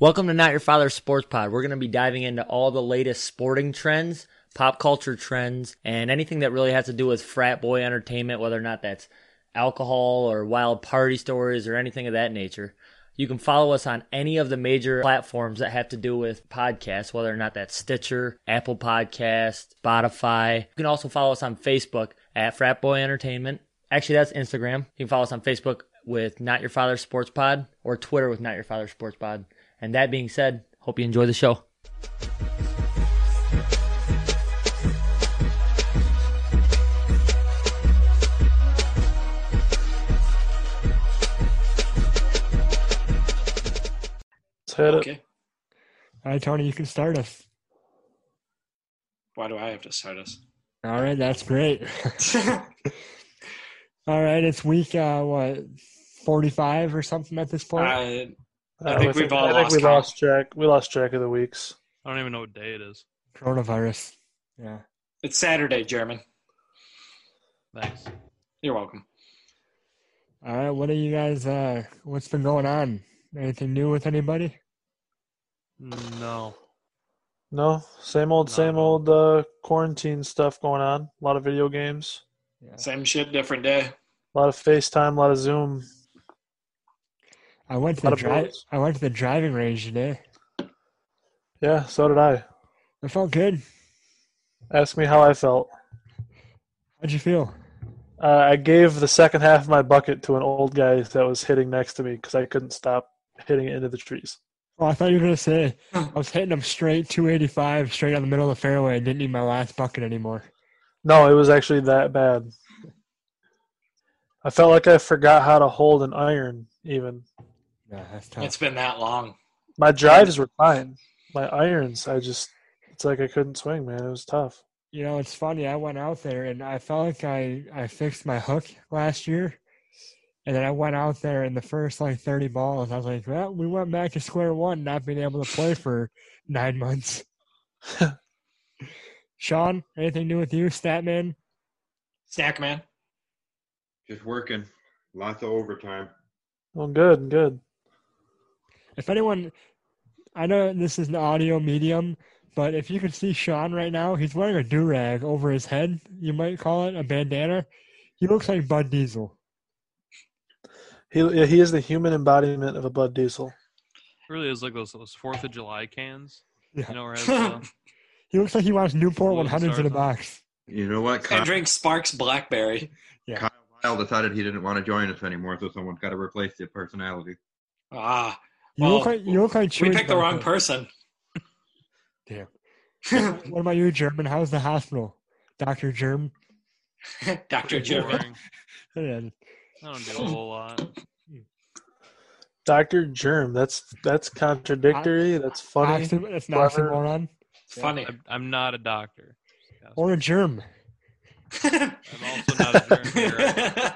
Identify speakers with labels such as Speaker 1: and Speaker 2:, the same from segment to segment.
Speaker 1: Welcome to Not Your Father's Sports Pod. We're going to be diving into all the latest sporting trends, pop culture trends, and anything that really has to do with frat boy entertainment, whether or not that's alcohol or wild party stories or anything of that nature. You can follow us on any of the major platforms that have to do with podcasts, whether or not that's Stitcher, Apple Podcast, Spotify. You can also follow us on Facebook at Frat Boy Entertainment. Actually, that's Instagram. You can follow us on Facebook with Not Your Father's Sports Pod or Twitter with Not Your Father's Sports Pod. And that being said, hope you enjoy the show.
Speaker 2: Let's hit it.
Speaker 3: Okay.
Speaker 4: All right, Tony, you can start us.
Speaker 3: Why do I have to start us?
Speaker 4: All right, that's great. All right, it's week uh, what forty-five or something at this point.
Speaker 3: I,
Speaker 2: Uh,
Speaker 3: think we've all
Speaker 2: I think
Speaker 3: lost
Speaker 2: we
Speaker 3: count.
Speaker 2: lost track. We lost track of the weeks.
Speaker 5: I don't even know what day it is.
Speaker 4: Coronavirus. Yeah.
Speaker 3: it's Saturday, German.
Speaker 5: Thanks.
Speaker 3: You're welcome.
Speaker 4: All right, what are you guys? Uh, what's been going on? Anything new with anybody?
Speaker 5: No.
Speaker 2: No, same old,
Speaker 5: No,
Speaker 2: same
Speaker 5: no.
Speaker 2: old uh, quarantine stuff going on. A lot of video games,
Speaker 3: Same shit, different day.
Speaker 2: a lot of FaceTime, a lot of Zoom.
Speaker 4: I went to
Speaker 2: Lot
Speaker 4: the
Speaker 2: of
Speaker 4: dri-
Speaker 2: boys.
Speaker 4: I went to the driving range today.
Speaker 2: Yeah, so did I.
Speaker 4: It felt good.
Speaker 2: Ask me how I felt.
Speaker 4: How'd you feel?
Speaker 2: Uh, I gave the second half of my bucket to an old guy that was hitting next to me because I couldn't stop hitting it into the trees.
Speaker 4: Oh, I thought you were gonna say I was hitting them straight 285, straight on the middle of the fairway. I didn't need my last bucket anymore.
Speaker 2: No, it was actually that bad. I felt like I forgot how to hold an iron. Even
Speaker 4: Yeah, that's tough.
Speaker 3: It's been that long.
Speaker 2: my drives were fine. My irons, I just—it's like I couldn't swing, man. It was tough.
Speaker 4: You know, it's funny. I went out there and I felt like I I fixed my hook last year, and then I went out there and the first like thirty balls, I was like, well, we went back to square one, not being able to play for nine months. Sean, anything new with you, Statman?
Speaker 3: Snack man.
Speaker 6: Just working. Lots of overtime.
Speaker 2: Well, good, good.
Speaker 4: If anyone, I know this is an audio medium, but if you could see Sean right now, he's wearing a do rag over his head. You might call it a bandana. He looks like Bud Diesel.
Speaker 2: He yeah, he is the human embodiment of a Bud Diesel.
Speaker 5: It really is like those those Fourth of July cans.
Speaker 4: Yeah.
Speaker 5: You know, where it has the-
Speaker 4: He looks like he wants Newport
Speaker 5: Little
Speaker 4: 100s in a
Speaker 5: Tarzan.
Speaker 4: box.
Speaker 6: You know what? Kyle,
Speaker 3: And drink Sparks Blackberry.
Speaker 6: Kyle decided he didn't want to join us anymore, so someone's got to replace the personality.
Speaker 3: Ah,
Speaker 4: You look
Speaker 3: Well,
Speaker 4: like you look like
Speaker 3: we
Speaker 4: Chewie's
Speaker 3: picked the wrong
Speaker 4: brother.
Speaker 3: person.
Speaker 4: Damn.
Speaker 3: Damn.
Speaker 4: What about you, German? How's the hospital, Doctor Germ?
Speaker 3: Dr.
Speaker 5: Pretty
Speaker 3: German.
Speaker 5: boring.
Speaker 4: Yeah.
Speaker 5: I don't do a whole lot.
Speaker 2: Doctor Germ. That's that's contradictory. That's funny.
Speaker 4: Oxy- That's not
Speaker 2: clever.
Speaker 4: oxymoron.
Speaker 3: It's funny.
Speaker 5: I'm, I'm not a doctor. Yes.
Speaker 4: Or a germ.
Speaker 5: I'm also not a germ. You're right.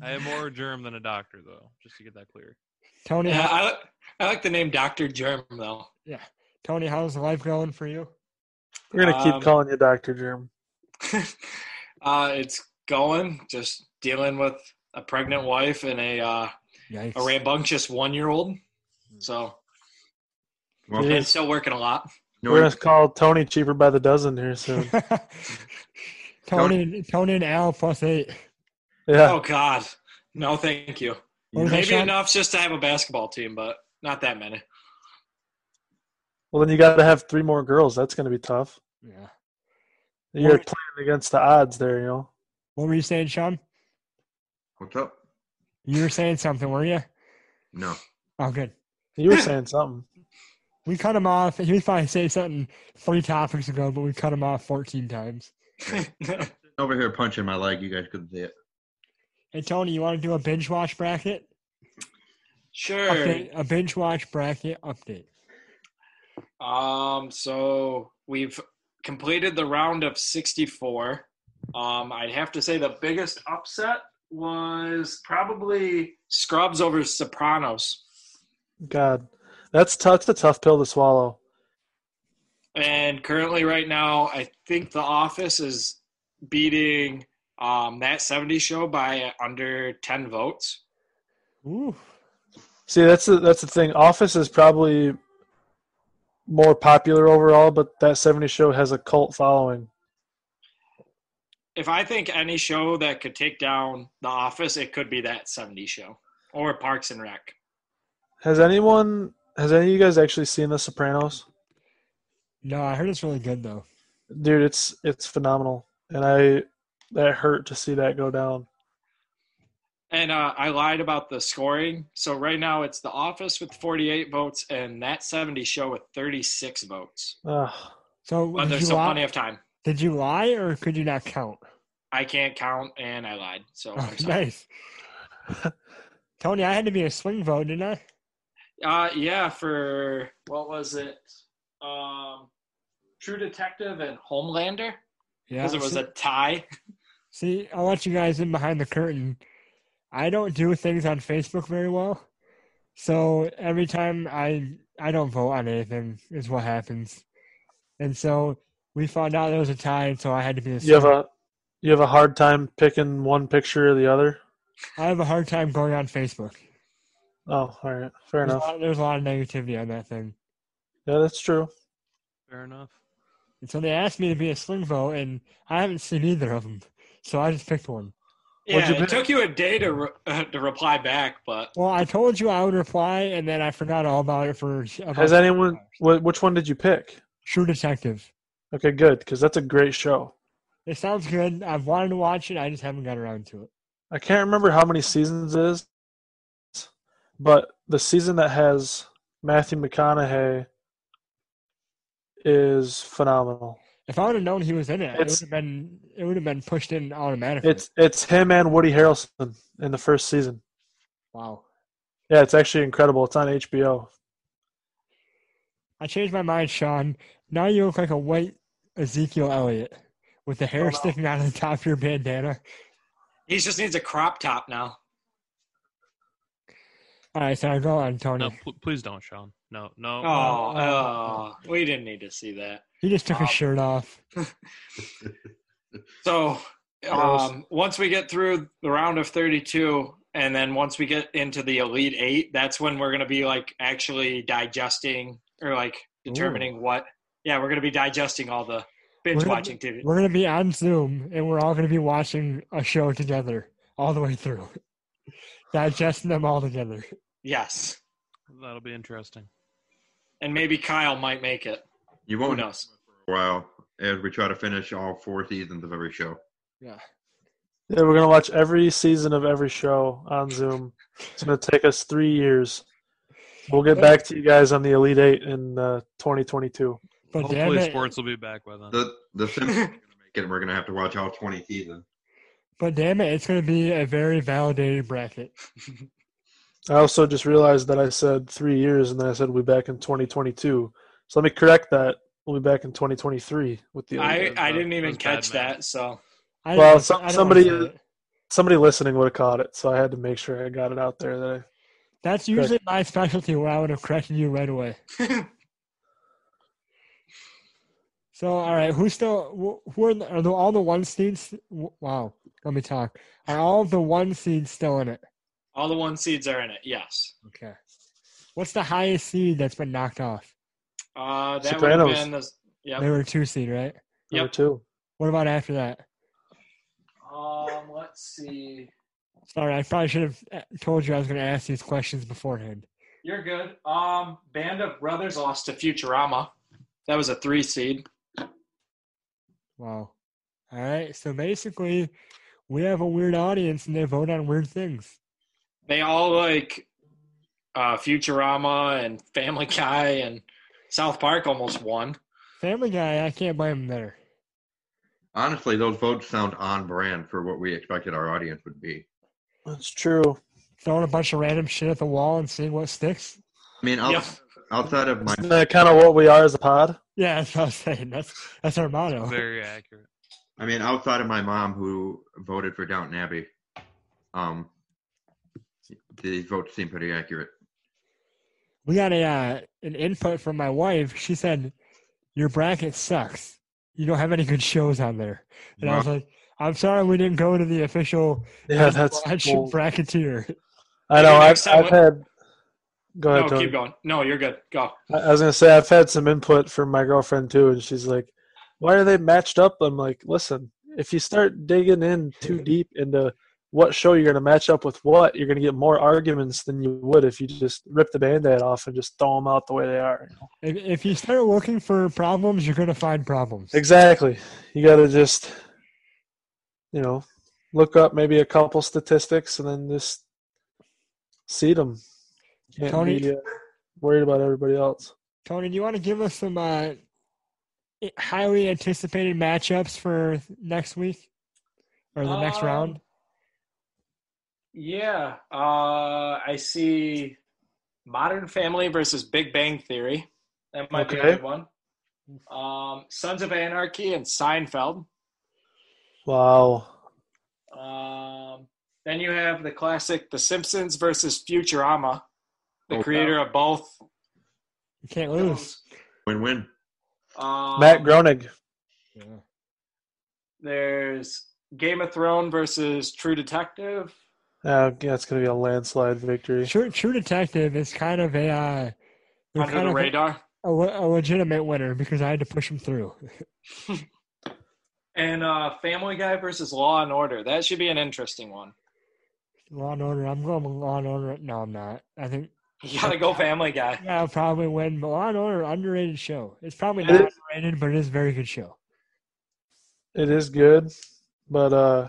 Speaker 5: I am more a germ than a doctor, though. Just to get that clear.
Speaker 4: Tony,
Speaker 3: yeah,
Speaker 4: how,
Speaker 3: I, li- I like the name Dr. Germ, though.
Speaker 4: Tony, how's life going for you?
Speaker 2: We're gonna keep
Speaker 3: Um,
Speaker 2: calling you Doctor Germ.
Speaker 3: uh, it's going, just dealing with a pregnant wife and a, uh,
Speaker 4: Yikes.
Speaker 3: a rambunctious one year old. So,
Speaker 6: Well,
Speaker 2: Yeah.
Speaker 3: and still working a lot.
Speaker 6: no,
Speaker 2: We're gonna call Tony cheaper by the dozen here soon.
Speaker 4: Tony, Tony and Al plus eight.
Speaker 2: Yeah,
Speaker 3: Oh God, no, thank you.
Speaker 4: What was that,
Speaker 3: Maybe
Speaker 4: Sean?
Speaker 3: enough's just to have a basketball team, but not that many.
Speaker 2: well then you got to have three more girls. That's gonna be tough.
Speaker 4: Yeah.
Speaker 2: You're playing against the odds there, you know.
Speaker 4: What were you saying, Sean?
Speaker 6: what's up?
Speaker 4: You were saying something, were you?
Speaker 6: No.
Speaker 4: Oh, good.
Speaker 2: You were saying something.
Speaker 4: We cut him off. He was probably saying something three topics ago, but we cut him off 14 times.
Speaker 6: Over here punching my leg. You guys couldn't see it.
Speaker 4: Hey, Tony, you want to do a binge watch bracket?
Speaker 3: sure.
Speaker 4: Update, a binge watch bracket update.
Speaker 3: Um, so we've completed the round of 64. Um, I'd have to say the biggest upset was probably Scrubs over Sopranos,
Speaker 2: God, that's tough. That's a tough pill to swallow.
Speaker 3: and currently, right now, I think The Office is beating um, that 70 show by under 10 votes.
Speaker 4: Ooh.
Speaker 2: See, that's the, that's the thing. Office is probably more popular overall, but that 70 show has a cult following.
Speaker 3: If I think any show that could take down The Office, it could be that 70 show or Parks and Rec.
Speaker 2: Has anyone has any of you guys actually seen The Sopranos?
Speaker 4: No, I heard it's really good though.
Speaker 2: Dude, it's it's phenomenal. And I that hurt to see that go down.
Speaker 3: And uh, I lied about the scoring. So right now it's The Office with 48 votes and That 70 Show with 36 votes.
Speaker 2: Ugh.
Speaker 4: So
Speaker 3: But
Speaker 4: did,
Speaker 3: Oh, there's
Speaker 4: you
Speaker 3: still
Speaker 4: lie,
Speaker 3: plenty of time.
Speaker 4: did you lie or could you not count?
Speaker 3: I can't count and I lied. So
Speaker 4: Oh,
Speaker 3: I'm sorry.
Speaker 4: nice. Tony, I had to be a swing vote, didn't I?
Speaker 3: Uh, yeah, for what was it? Um, True Detective and Homelander?
Speaker 4: Yeah.
Speaker 3: Because it was
Speaker 4: see,
Speaker 3: a tie.
Speaker 4: see, I'll let you guys in behind the curtain. I don't do things on Facebook very well. So every time I I don't vote on anything is what happens. And so we found out there was a tie, and so I had to be a
Speaker 2: You have
Speaker 4: swing-
Speaker 2: a you have a hard time picking one picture or the other?
Speaker 4: I have a hard time going on Facebook.
Speaker 2: Oh, all right. Fair
Speaker 4: There's a,
Speaker 2: enough.
Speaker 4: lot, there's a lot of negativity on that thing.
Speaker 2: Yeah, that's true.
Speaker 5: Fair enough.
Speaker 4: And so they asked me to be a swing vote, and I haven't seen either of them. So I just picked one.
Speaker 3: Yeah,
Speaker 2: you
Speaker 3: it
Speaker 2: pick?
Speaker 3: took you a day to re- uh, to reply back, but
Speaker 4: Well, I told you I would reply, and then I forgot all about it for about
Speaker 2: Has anyone wh- which one did you pick?
Speaker 4: True Detective.
Speaker 2: Okay, good cuz that's a great show.
Speaker 4: It sounds good. I've wanted to watch it. I just haven't got around to it.
Speaker 2: I can't remember how many seasons it is, but the season that has Matthew McConaughey is phenomenal.
Speaker 4: If I would have known he was in it, it
Speaker 2: It's-
Speaker 4: would have been it would have been pushed in automatically.
Speaker 2: It's it's him and Woody Harrelson in the first season.
Speaker 4: wow.
Speaker 2: Yeah, it's actually incredible. It's on HBO.
Speaker 4: I changed my mind, Sean. Now you look like a white Ezekiel Elliott with the hair
Speaker 2: Oh, no.
Speaker 4: sticking out of the top of your bandana.
Speaker 3: he just needs a crop top now.
Speaker 4: All right, sorry, go on, Tony.
Speaker 5: No, pl- please don't, Sean. No, no.
Speaker 3: Oh,
Speaker 5: no.
Speaker 3: oh, we didn't need to see that.
Speaker 4: He just took
Speaker 3: Um,
Speaker 4: his shirt off.
Speaker 3: So,
Speaker 2: Gross.
Speaker 3: um, once we get through the round of 32, and then once we get into the Elite Eight, that's when we're going to be like actually digesting or like determining what. Yeah, we're going to be digesting all the binge
Speaker 4: gonna
Speaker 3: watching TV.
Speaker 4: We're gonna be on Zoom and we're all gonna be watching a show together all the way through, digesting them all together.
Speaker 3: Yes.
Speaker 5: That'll be interesting.
Speaker 3: And maybe Kyle might make it.
Speaker 6: You
Speaker 3: Who
Speaker 6: won't know
Speaker 3: knows?
Speaker 6: for a while as we try to finish all four seasons of every show.
Speaker 4: Yeah.
Speaker 2: Yeah, we're gonna watch every season of every show on Zoom. It's gonna take us three years. We'll get back to you guys on the Elite Eight in uh, 2022.
Speaker 4: But Oh, damn
Speaker 5: Hopefully,
Speaker 4: it,
Speaker 5: sports will be back by then.
Speaker 6: The the Simpsons are gonna make it. We're gonna have to watch all twenty seasons.
Speaker 4: but damn it, it's gonna be a very validated bracket.
Speaker 2: I also just realized that I said three years, and then I said we'll be back in 2022. So let me correct that. We'll be back in 2023 with the. Elite
Speaker 3: I,
Speaker 2: Eight.
Speaker 3: I
Speaker 5: that-
Speaker 3: didn't even
Speaker 5: that's bad
Speaker 3: catch
Speaker 5: math.
Speaker 3: that. So,
Speaker 4: I
Speaker 2: Well,
Speaker 4: don't-
Speaker 2: some-
Speaker 4: I don't
Speaker 2: somebody-
Speaker 4: wanna say it.
Speaker 2: Somebody listening would have caught it, so I had to make sure I got it out there. That I,
Speaker 4: That's usually my specialty where I would have corrected you right away. So, all right, who's still? wh- Who are, the- are the, all the one seeds? w- Wow, let me talk. Are all the one seeds still in it?
Speaker 3: all the one seeds are in it. Yes.
Speaker 4: Okay. What's the highest seed that's been knocked off?
Speaker 3: Uh, that would have
Speaker 2: Sopranos.
Speaker 3: been the. Yep.
Speaker 4: They were a two seed, right?
Speaker 2: number
Speaker 3: Yep.
Speaker 2: two.
Speaker 4: What about after that?
Speaker 3: Um, let's see.
Speaker 4: Sorry, I probably should have uh, told you I was going to ask these questions beforehand.
Speaker 3: You're good. Um, Band of Brothers lost to Futurama. That was a three seed.
Speaker 4: Wow. All right. So basically, we have a weird audience and they vote on weird things.
Speaker 3: They all like uh, Futurama and Family Guy and South Park almost won.
Speaker 4: Family Guy, I can't blame him there.
Speaker 6: Honestly, those votes sound on brand for what we expected our audience would be.
Speaker 2: That's true.
Speaker 4: Throwing a bunch of random shit at the wall and seeing what sticks.
Speaker 6: I mean, out,
Speaker 3: Yep.
Speaker 6: outside of my
Speaker 2: Isn't that kind of what we are as a pod?
Speaker 4: Yeah, that's what I'm saying. That's that's our motto.
Speaker 5: Very accurate.
Speaker 6: I mean, outside of my mom who voted for Downton Abbey, um, these votes seem pretty accurate.
Speaker 4: We got a uh, an input from my wife. She said, "Your bracket sucks. You don't have any good shows on there." And I was like, "I'm sorry, we didn't go to the official
Speaker 2: Yeah, that's.
Speaker 4: watch
Speaker 2: well,
Speaker 4: bracketeer."
Speaker 2: I know.
Speaker 3: Maybe
Speaker 2: I've,
Speaker 3: next time
Speaker 2: I've
Speaker 3: we-
Speaker 2: had Go ahead,
Speaker 3: No,
Speaker 2: Tony.
Speaker 3: keep going. No, you're good. Go.
Speaker 2: I I was gonna say I've had some input from my girlfriend too, and she's like, "Why are they matched up?" I'm like, "Listen, if you start digging in too deep into what show you're gonna match up with what, you're gonna get more arguments than you would if you just rip the band-aid off and just throw them out the way they are."
Speaker 4: If, if you start looking for problems, you're gonna find problems.
Speaker 2: Exactly. You gotta just, you know, look up maybe a couple statistics and then just seed them. Can't
Speaker 4: Tony-
Speaker 2: be uh, worried about everybody else.
Speaker 4: Tony, do you want to give us some uh, i- highly anticipated matchups for next week or the next
Speaker 3: Um,
Speaker 4: round?
Speaker 3: Yeah, uh, I see Modern Family versus Big Bang Theory. That might be
Speaker 2: Okay.
Speaker 3: a good one. Um, Sons of Anarchy and Seinfeld.
Speaker 2: Wow.
Speaker 3: Um, then you have the classic The Simpsons versus Futurama, the
Speaker 6: Oh,
Speaker 3: creator of both.
Speaker 4: You can't lose.
Speaker 6: Win win.
Speaker 3: Um,
Speaker 2: Matt Groening.
Speaker 3: There's Game of Thrones versus True Detective.
Speaker 2: Uh, yeah, it's gonna be a landslide victory.
Speaker 4: True, True Detective is kind of a uh, they're
Speaker 3: Under
Speaker 4: kind
Speaker 3: the
Speaker 4: of a,
Speaker 3: radar.
Speaker 4: a le- a legitimate winner because I had to push him through.
Speaker 3: And uh, Family Guy versus Law and Order. That should be an interesting one.
Speaker 4: Law and Order. I'm going with Law and Order. No, I'm not. I think
Speaker 3: You gotta go Family Guy.
Speaker 4: yeah, I'll probably win. But Law and Order underrated show. It's probably
Speaker 2: It
Speaker 4: not
Speaker 2: is.
Speaker 4: underrated, but it is a very good show.
Speaker 2: It is good, but uh,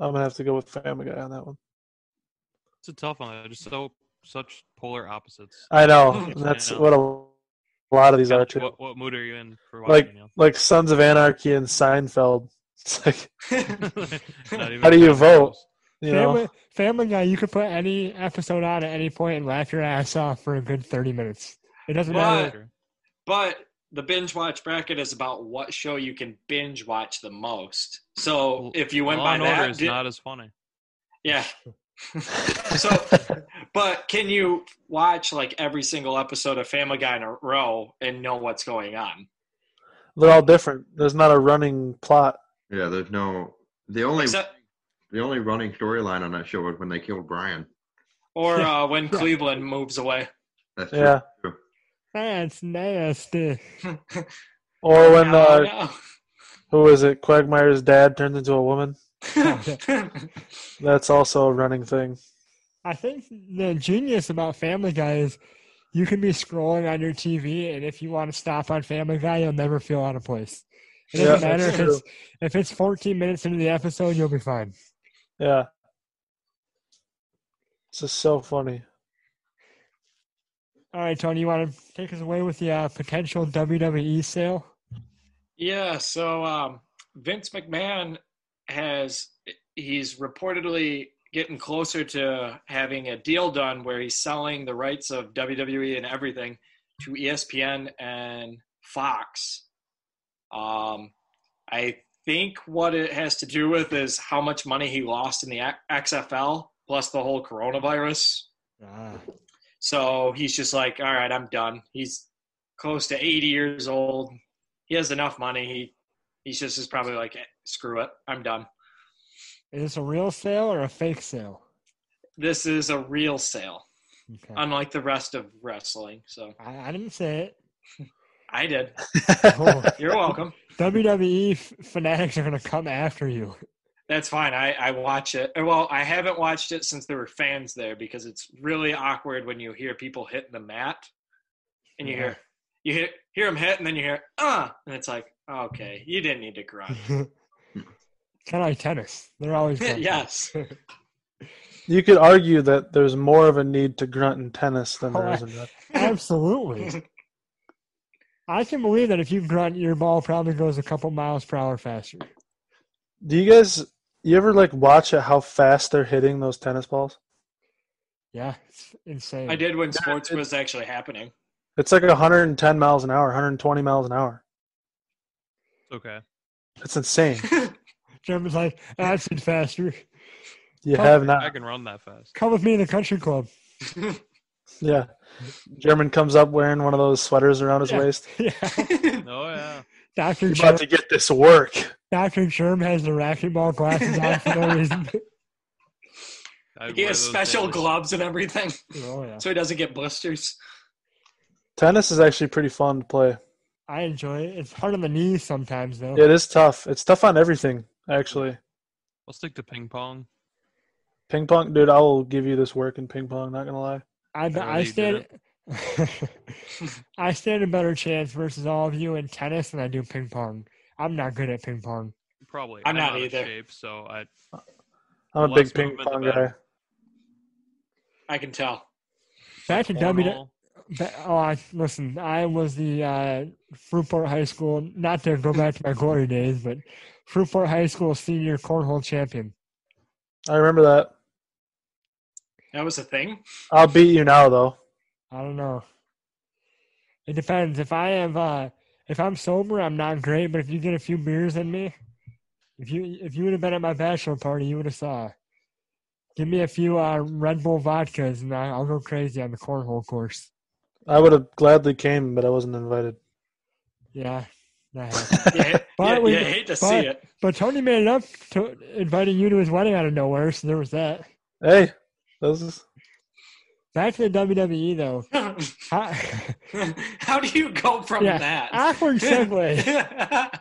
Speaker 2: I'm gonna have to go with Family Guy on that one.
Speaker 5: It's a tough one. They're just so such polar opposites.
Speaker 2: I know and that's
Speaker 5: Yeah.
Speaker 2: what a, a lot of these are too.
Speaker 5: What, what mood are you in for
Speaker 2: Like-
Speaker 5: watching?
Speaker 2: Like Sons of Anarchy and Seinfeld. It's like
Speaker 5: Like,
Speaker 2: How do you vote? you know,
Speaker 4: Family, Family Guy, you could put any episode on at any point and laugh your ass off for a good 30 minutes. It doesn't matter.
Speaker 3: But the binge watch bracket is about what show you can binge watch the most. So if you went
Speaker 5: Law
Speaker 3: by
Speaker 5: and
Speaker 3: that,
Speaker 5: Order is
Speaker 3: did-
Speaker 5: not as funny.
Speaker 3: yeah. so, but can you watch like every single episode of Family Guy in a row and know what's going on?
Speaker 2: they're all different. There's not a running plot.
Speaker 6: Yeah, there's no. The only
Speaker 3: Except,
Speaker 6: the only running storyline on that show was when they killed Brian.
Speaker 3: or uh, when Cleveland moves away.
Speaker 6: That's true.
Speaker 2: Yeah.
Speaker 6: too.
Speaker 4: That's nasty.
Speaker 2: Or when uh,
Speaker 3: Oh,
Speaker 2: who is it? Quagmire's dad turns into a woman. uh,
Speaker 3: no.
Speaker 2: That's also a running thing.
Speaker 4: I think the genius about Family Guy is you can be scrolling on your TV, and if you want to stop on Family Guy, you'll never feel out of place. It
Speaker 2: Yeah,
Speaker 4: doesn't
Speaker 2: that's
Speaker 4: matter if
Speaker 2: true.
Speaker 4: it's if it's 14 minutes into the episode, you'll be fine.
Speaker 2: Yeah. It's just so funny.
Speaker 4: All right, Tony, you want to take us away with the uh, potential WWE sale?
Speaker 3: Yeah, so um, Vince McMahon has he's reportedly getting closer to having a deal done where he's selling the rights of WWE and everything to E ESPN and Fox. Um, I think what it has to do with is how much money he lost in the A- XFL plus the whole coronavirus.
Speaker 4: Ah,
Speaker 3: So he's just like, all right, I'm done. He's close to 80 years old. He has enough money. He he's just is probably like, eh, screw it, I'm done.
Speaker 4: is this a real sale or a fake sale?
Speaker 3: This is a real sale,
Speaker 4: Okay.
Speaker 2: Um,
Speaker 3: unlike the rest of wrestling. So
Speaker 4: I, I didn't say it.
Speaker 3: I did.
Speaker 4: Oh,
Speaker 3: You're welcome.
Speaker 4: WWE f- E fanatics are going to come after you.
Speaker 3: That's fine. I I watch it. Uh, Well, I haven't watched it since there were fans there because it's really awkward when you hear people hitting the mat, and you hear you hear hear them hit, and then you hear uh, and it's like, okay, you didn't need to grunt.
Speaker 4: kind of like tennis. They're always grumpy.
Speaker 3: yes.
Speaker 2: You could argue that there's more of a need to grunt in tennis than there is in that.
Speaker 4: Absolutely. I can believe that if you grunt, your ball probably goes a couple miles per hour faster.
Speaker 2: Do you guys you ever like watch at how fast they're hitting those tennis balls?
Speaker 4: Yeah, it's insane.
Speaker 3: I did when sports was actually happening.
Speaker 2: It's like 110 miles an hour, 120 miles an hour.
Speaker 5: It's okay.
Speaker 2: It's insane.
Speaker 4: Jeremy's like, that's it faster.
Speaker 2: You
Speaker 4: Oh,
Speaker 2: have
Speaker 5: I
Speaker 2: not.
Speaker 5: can run that fast.
Speaker 4: Come with me to the country club.
Speaker 2: Yeah. German comes up wearing one of those sweaters around his
Speaker 4: Yeah.
Speaker 2: waist.
Speaker 4: yeah.
Speaker 5: Oh yeah.
Speaker 4: Dr.
Speaker 2: You're about
Speaker 4: Germ,
Speaker 2: to get this work.
Speaker 4: Dr. Germ has the racquetball glasses on for no reason.
Speaker 5: I
Speaker 3: He
Speaker 5: wear
Speaker 3: has
Speaker 5: those
Speaker 3: special
Speaker 5: daily.
Speaker 3: gloves and everything,
Speaker 4: Oh yeah,
Speaker 3: so he doesn't get blisters.
Speaker 2: Tennis is actually pretty fun to play.
Speaker 4: I enjoy it. It's hard on the knees sometimes though.
Speaker 2: It is tough. It's tough on everything, actually.
Speaker 5: I'll stick to ping pong.
Speaker 2: Ping pong, dude. I will give you this work in ping pong. Not gonna lie.
Speaker 4: I bet
Speaker 5: know
Speaker 4: I
Speaker 5: you
Speaker 4: stand.
Speaker 5: did
Speaker 4: I stand a better chance versus all of you in tennis than I do ping pong. I'm not good at ping pong.
Speaker 5: Probably.
Speaker 3: I'm not
Speaker 5: out of
Speaker 3: either.
Speaker 5: Shape, so I
Speaker 2: I'm a
Speaker 5: The
Speaker 2: big
Speaker 5: less
Speaker 2: ping
Speaker 5: movement, the
Speaker 2: pong
Speaker 5: better.
Speaker 2: guy.
Speaker 3: I can tell.
Speaker 4: Back to W.
Speaker 5: cornhole.
Speaker 4: Ba- Oh, I, listen, I was the uh, Fruitport High School, not to go back to my glory days, but Fruitport High School senior cornhole champion.
Speaker 2: I remember that.
Speaker 3: That was a thing.
Speaker 2: I'll beat you now, though.
Speaker 4: I don't know. It depends. If I have, uh, if I'm sober, I'm not great. But if you get a few beers in me, if you if you would have been at my bachelor party, you would have saw. Give me a few uh, Red Bull vodkas, and I, I'll go crazy on the cornhole course.
Speaker 2: I would have gladly came, but I wasn't invited.
Speaker 4: Yeah, that happened.
Speaker 3: Yeah,
Speaker 4: But
Speaker 3: yeah,
Speaker 4: we-
Speaker 3: yeah, I hate to see
Speaker 4: but-
Speaker 3: it.
Speaker 4: but Tony made it up to inviting you to his wedding out of nowhere, so there was that.
Speaker 2: Hey, this is
Speaker 4: Back to the WWE though. How,
Speaker 3: How do you go from
Speaker 4: Yeah. Ah,
Speaker 3: that?
Speaker 4: awkward segue.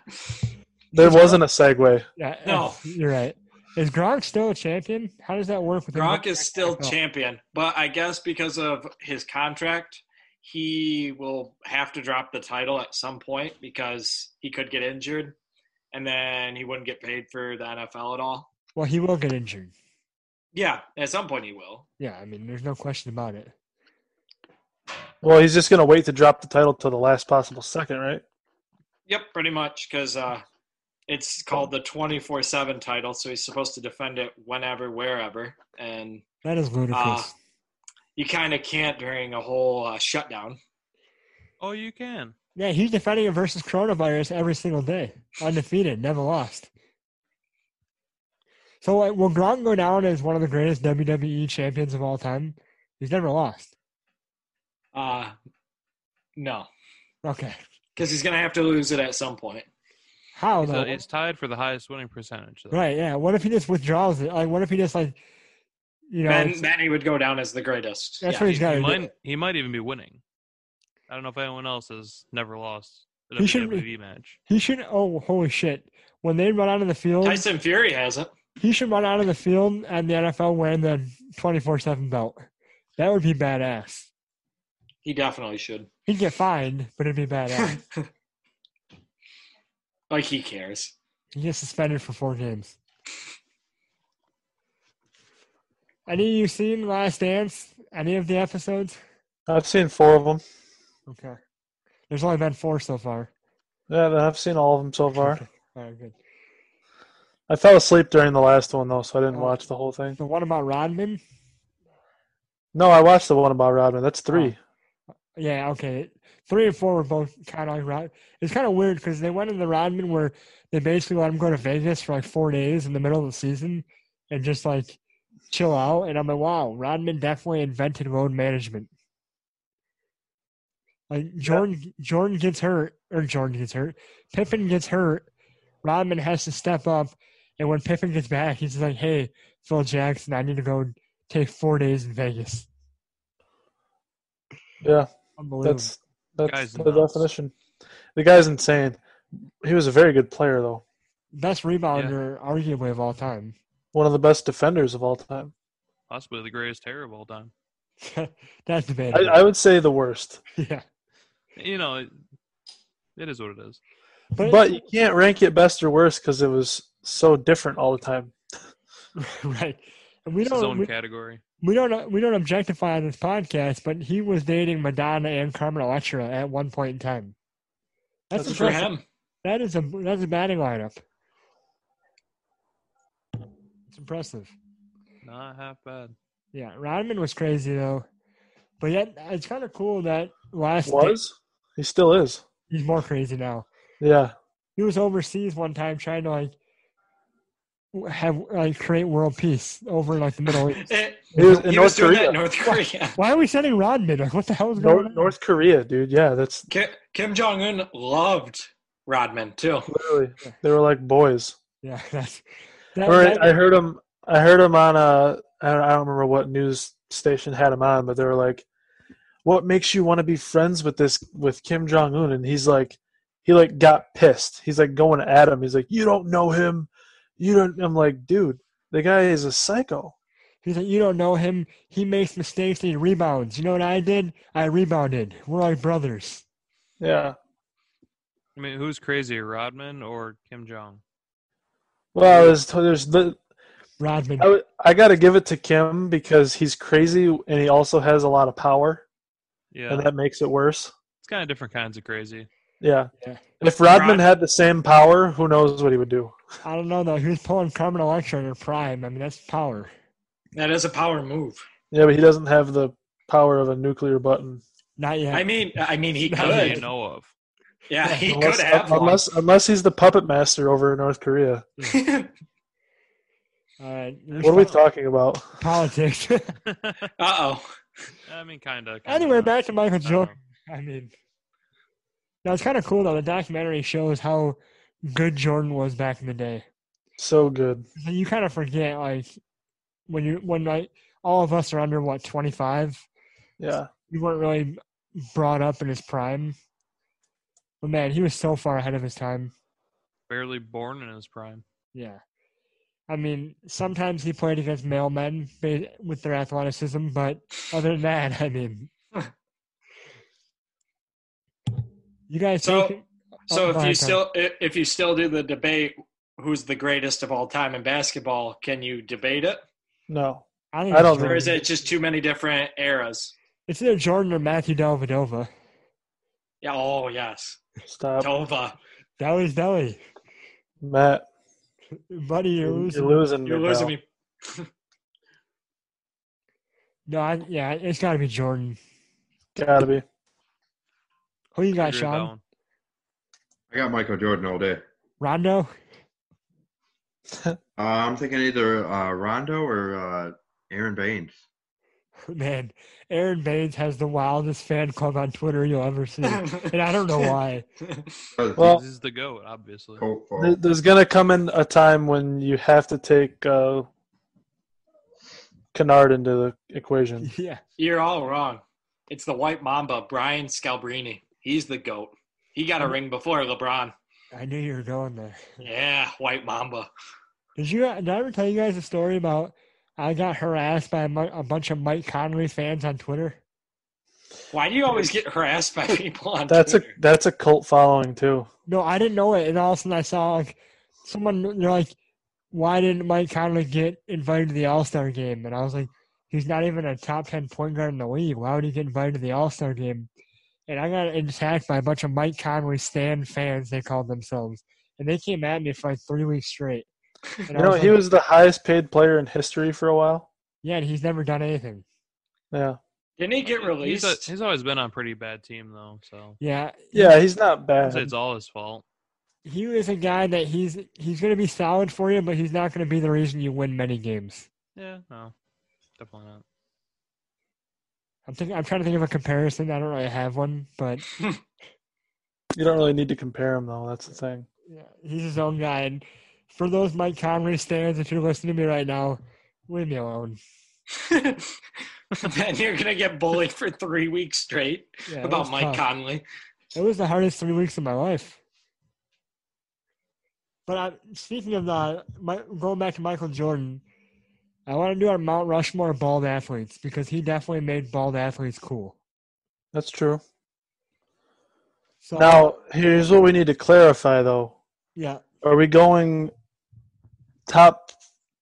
Speaker 2: there wasn't a segue.
Speaker 4: Yeah,
Speaker 3: No.
Speaker 4: you're right. Is Gronk still a champion? How does that work with him?
Speaker 3: Gronk is still
Speaker 4: Oh.
Speaker 3: champion, but I guess because of his contract, he will have to drop the title at some point because he could get injured, and then he wouldn't get paid for the NFL at all.
Speaker 4: Well, he will get injured.
Speaker 3: Yeah, at some point he will.
Speaker 4: Yeah, I mean, there's no question about it.
Speaker 2: Well, he's just gonna wait to drop the title till the last possible second, right?
Speaker 3: Yep, pretty much because uh, it's called the twenty four seven title, so he's supposed to defend it whenever, wherever, and
Speaker 4: That is ludicrous.
Speaker 3: you kind of can't during a whole uh, shutdown.
Speaker 5: Oh, you can.
Speaker 4: yeah, he's defending it versus coronavirus every single day, undefeated, never lost. So, like, will Gronk go down as one of the greatest WWE champions of all time? He's never lost.
Speaker 3: Uh, no,
Speaker 4: Okay,
Speaker 3: because he's gonna have to lose it at some point.
Speaker 4: how
Speaker 5: It's,
Speaker 4: though?
Speaker 5: it's uh, tied for the highest winning percentage. though.
Speaker 4: Oh, Right. Yeah. What if he just withdraws it? Like, what if he just like, you know,
Speaker 3: then,
Speaker 4: it's-
Speaker 3: then he would go down as the greatest.
Speaker 4: that's
Speaker 3: yeah.
Speaker 4: what he's got to
Speaker 5: He
Speaker 4: do.
Speaker 5: might, he might even be winning. I don't know if anyone else has never lost a
Speaker 4: He should be-
Speaker 5: WWE match.
Speaker 4: He should. Oh, holy shit! When they run out of the field,
Speaker 3: Tyson Fury hasn't.
Speaker 4: he should run out of the field and the NFL wearing the twenty four seven belt. That would be badass.
Speaker 3: He definitely should.
Speaker 4: He'd get fined, but it'd be badass.
Speaker 3: like he cares.
Speaker 4: he gets suspended for four games. Any of you seen Last Dance? Any of the episodes?
Speaker 2: I've seen four of them.
Speaker 4: Okay. There's only been four so far.
Speaker 2: Yeah, then I've seen all of them so far.
Speaker 4: Okay. All right, good.
Speaker 2: I fell asleep during the last one though, so I didn't
Speaker 4: Oh.
Speaker 2: watch the whole thing.
Speaker 4: The one about Rodman?
Speaker 2: No, I watched the one about Rodman. That's three.
Speaker 4: Yeah, okay. Three and four were both kind of like Rod. It's kind of weird because they went in the Rodman where they basically let him go to Vegas for like four days in the middle of the season and just like chill out. And I'm like, wow, Rodman definitely invented load management. Like Jordan, Jordan gets hurt, or Jordan gets hurt. Pippen gets hurt. Rodman has to step up, and when Pippen gets back, he's like, "Hey, Phil Jackson, I need to go take four days in Vegas."
Speaker 2: Yeah,
Speaker 4: Unbelievable.
Speaker 2: that's that's
Speaker 5: Guy's
Speaker 2: the
Speaker 5: nuts.
Speaker 2: definition. The guy's insane. He was a very good player though.
Speaker 4: best rebounder arguably of all time.
Speaker 2: One of the best defenders of all time.
Speaker 5: Possibly the greatest terror of all time.
Speaker 4: That's
Speaker 2: I,
Speaker 4: debatable.
Speaker 2: I would say the worst.
Speaker 4: yeah,
Speaker 5: You know, it, it is what it is.
Speaker 4: but,
Speaker 2: But you can't rank it best or worst because it was so different all the time.
Speaker 4: right, and we
Speaker 5: It's his
Speaker 4: don't
Speaker 5: own
Speaker 4: we,
Speaker 5: category.
Speaker 4: we don't we don't objectify on this podcast. But he was dating Madonna and Carmen Electra at one point in time. That's,
Speaker 3: Good
Speaker 2: That's
Speaker 3: for
Speaker 4: impressive.
Speaker 3: him.
Speaker 4: That is a that's a batting lineup. It's impressive.
Speaker 5: Not half bad.
Speaker 4: Yeah, Rodman was crazy though, but yet it's kind of cool that last
Speaker 2: Was he still is?
Speaker 4: he's more crazy now.
Speaker 2: Yeah,
Speaker 4: he was overseas one time trying to like w- have like create world peace over like the Middle East.
Speaker 3: It-
Speaker 2: he was in
Speaker 3: Eh, he
Speaker 2: North
Speaker 3: was doing that
Speaker 2: Korea.
Speaker 3: in North Korea.
Speaker 4: Why are we sending Rodman? Like, what the hell is going
Speaker 2: North,
Speaker 4: on?
Speaker 2: North Korea, dude. Yeah, that's
Speaker 3: Ki- Kim Jong Un loved Rodman too.
Speaker 2: literally they were like boys.
Speaker 4: Yeah, that's that,
Speaker 2: Or
Speaker 4: that-
Speaker 2: I heard him. I heard him on a I don't, I don't remember what news station had him on, but they were like, "What makes you want to be friends with this with Kim Jong Un?" And he's like, he like got pissed. He's like going at him. He's like, "You don't know him. You don't." I'm like, dude, the guy is a psycho.
Speaker 4: He's like, you don't know him. He makes mistakes and he rebounds. You know what I did? I rebounded. We're like brothers.
Speaker 2: Yeah.
Speaker 5: I mean, who's crazier, Rodman or Kim Jong?
Speaker 2: Well, there's there's the
Speaker 4: Rodman.
Speaker 2: I, would- I got to give it to Kim because he's crazy and he also has a lot of power,
Speaker 5: Yeah,
Speaker 2: and that makes it worse.
Speaker 5: it's kind of different kinds of crazy.
Speaker 2: Yeah.
Speaker 4: Yeah.
Speaker 2: If Rodman
Speaker 3: Rod-
Speaker 2: had the same power, who knows what he would do?
Speaker 4: I don't know though. He was pulling Carmen Electra in her prime. I mean, that's power.
Speaker 3: That is a power move.
Speaker 2: Yeah, but he doesn't have the power of a nuclear button.
Speaker 4: Not yet.
Speaker 3: I mean, I mean, he
Speaker 5: How do you
Speaker 3: could.
Speaker 5: know of?
Speaker 3: Yeah, he
Speaker 2: unless,
Speaker 3: could have one.
Speaker 2: unless unless he's the puppet master over in North Korea.
Speaker 4: All right.
Speaker 2: What are we talking about?
Speaker 4: Politics.
Speaker 3: uh oh.
Speaker 5: I mean, kind of.
Speaker 4: anyway, back to Michael
Speaker 5: I don't
Speaker 4: Jordan.
Speaker 5: know.
Speaker 4: I mean, now it's kind of cool though. The documentary shows how good Jordan was back in the day.
Speaker 2: So good.
Speaker 4: So you kind of forget, like, when you when like all of us are under what twenty five,
Speaker 2: Yeah.
Speaker 4: you weren't really brought up in his prime. But man, he was so far ahead of his time.
Speaker 5: barely born in his prime.
Speaker 4: Yeah. I mean, sometimes he played against male men ba- with their athleticism, but other than that, I mean, you guys.
Speaker 3: So-
Speaker 4: think-
Speaker 3: So
Speaker 4: Go
Speaker 3: if you
Speaker 4: ahead, Tom.
Speaker 3: still i- if you still do the debate, who's the greatest of all time in basketball? Can you debate it,
Speaker 2: No.
Speaker 4: think
Speaker 2: I
Speaker 4: it's
Speaker 2: don't think-
Speaker 3: or is
Speaker 4: Jordan.
Speaker 3: it just too many different eras?
Speaker 4: It's either Jordan or Matthew Dellavedova.
Speaker 3: Yeah. Oh yes,
Speaker 2: Stop.
Speaker 3: Tova.
Speaker 4: Delly, Delly,
Speaker 2: Matt.
Speaker 4: buddy, you're
Speaker 2: You're
Speaker 4: losing.
Speaker 2: losing me.
Speaker 3: You're losing
Speaker 2: pal.
Speaker 3: me.
Speaker 4: No, I, yeah, it's got to be Jordan.
Speaker 2: Gotta be.
Speaker 4: Who you got,
Speaker 5: Agree with that
Speaker 4: Sean?
Speaker 5: one.
Speaker 6: I got Michael Jordan all day.
Speaker 4: Rondo.
Speaker 6: Uh, I'm thinking either uh, Rondo or uh, Aaron Baines.
Speaker 4: Man, Aaron Baines has the wildest fan club on Twitter you'll ever see, Hmm. and I don't know why.
Speaker 6: Because
Speaker 2: Well-
Speaker 5: This is the goat, obviously.
Speaker 6: he's cold for-
Speaker 2: There- There's gonna come in a time when you have to take uh, Kennard into the equation.
Speaker 4: Yeah,
Speaker 3: You're all wrong. It's the White Mamba, Brian Scalbrini. He's the goat. He got a ring before LeBron.
Speaker 4: I knew you were going there.
Speaker 3: Yeah, White Mamba.
Speaker 4: Did you? Did I ever tell you guys a story about I got harassed by a, mu- a bunch of Mike Conley fans on Twitter?
Speaker 3: Why do you always get harassed by people on
Speaker 2: That's a
Speaker 3: Twitter?
Speaker 2: that's a cult following too.
Speaker 4: No, I didn't know it, and all of a sudden I saw like someone they're like, "Why didn't Mike Conley get invited to the All Star game?" And I was like, "He's not even a top ten point guard in the league. Why would he get invited to the All Star game?" And I got attacked by a bunch of Mike Conley stand fans. They called themselves, and they came at me for like three weeks straight. And
Speaker 2: You know, he
Speaker 4: like,
Speaker 2: was the highest paid player in history for a while.
Speaker 4: yeah, and he's never done anything.
Speaker 2: Yeah.
Speaker 3: Didn't he get
Speaker 5: He's,
Speaker 3: released?
Speaker 5: a- he's always been on a pretty bad team though, so
Speaker 4: Yeah,
Speaker 2: Yeah, he's not
Speaker 5: I'd say
Speaker 2: bad.
Speaker 5: it's all his fault.
Speaker 4: he was a guy that he's he's gonna be solid for you, but he's not gonna be the reason you win many games.
Speaker 5: Yeah, no, definitely not.
Speaker 4: I'm thinking, I'm trying to think of a comparison. I don't really have one, but
Speaker 2: You don't really need to compare him though. That's the thing.
Speaker 4: Yeah, he's his own guy. And for those Mike Conley stands, if you're listening to me right now, leave me alone.
Speaker 3: then you're gonna get bullied for three weeks straight
Speaker 4: Yeah, it was
Speaker 3: about Mike
Speaker 4: tough.
Speaker 3: Conley.
Speaker 4: It was the hardest three weeks of my life. But I, speaking of the, my, going back to Michael Jordan, I want to do our Mount Rushmore bald athletes because he definitely made bald athletes cool.
Speaker 2: That's true.
Speaker 4: So
Speaker 2: Now, here's what we need to clarify though.
Speaker 4: yeah,
Speaker 2: Are we going top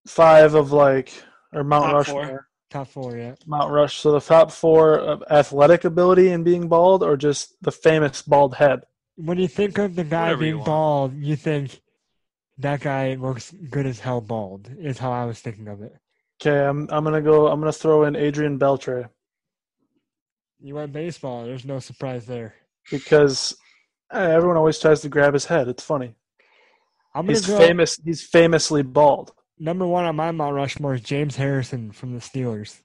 Speaker 2: five of like or Mount
Speaker 3: Top
Speaker 2: Rushmore?
Speaker 3: four.
Speaker 4: top four. Yeah,
Speaker 2: Mount Rush. So the top four of athletic ability and being bald, or just the famous bald head.
Speaker 4: when you think of the guy
Speaker 5: Whatever you
Speaker 4: being
Speaker 5: want.
Speaker 4: bald, you think that guy looks good as hell bald. Is how I was thinking of it.
Speaker 2: Okay, I'm I'm gonna go. I'm gonna throw in Adrian Beltre
Speaker 4: You went baseball. There's no surprise there.
Speaker 2: because eh, everyone always tries to grab his head. It's funny.
Speaker 4: I'm gonna
Speaker 2: He's
Speaker 4: go
Speaker 2: famous. He's famously bald.
Speaker 4: number one on my Mount Rushmore is James Harrison from the Steelers.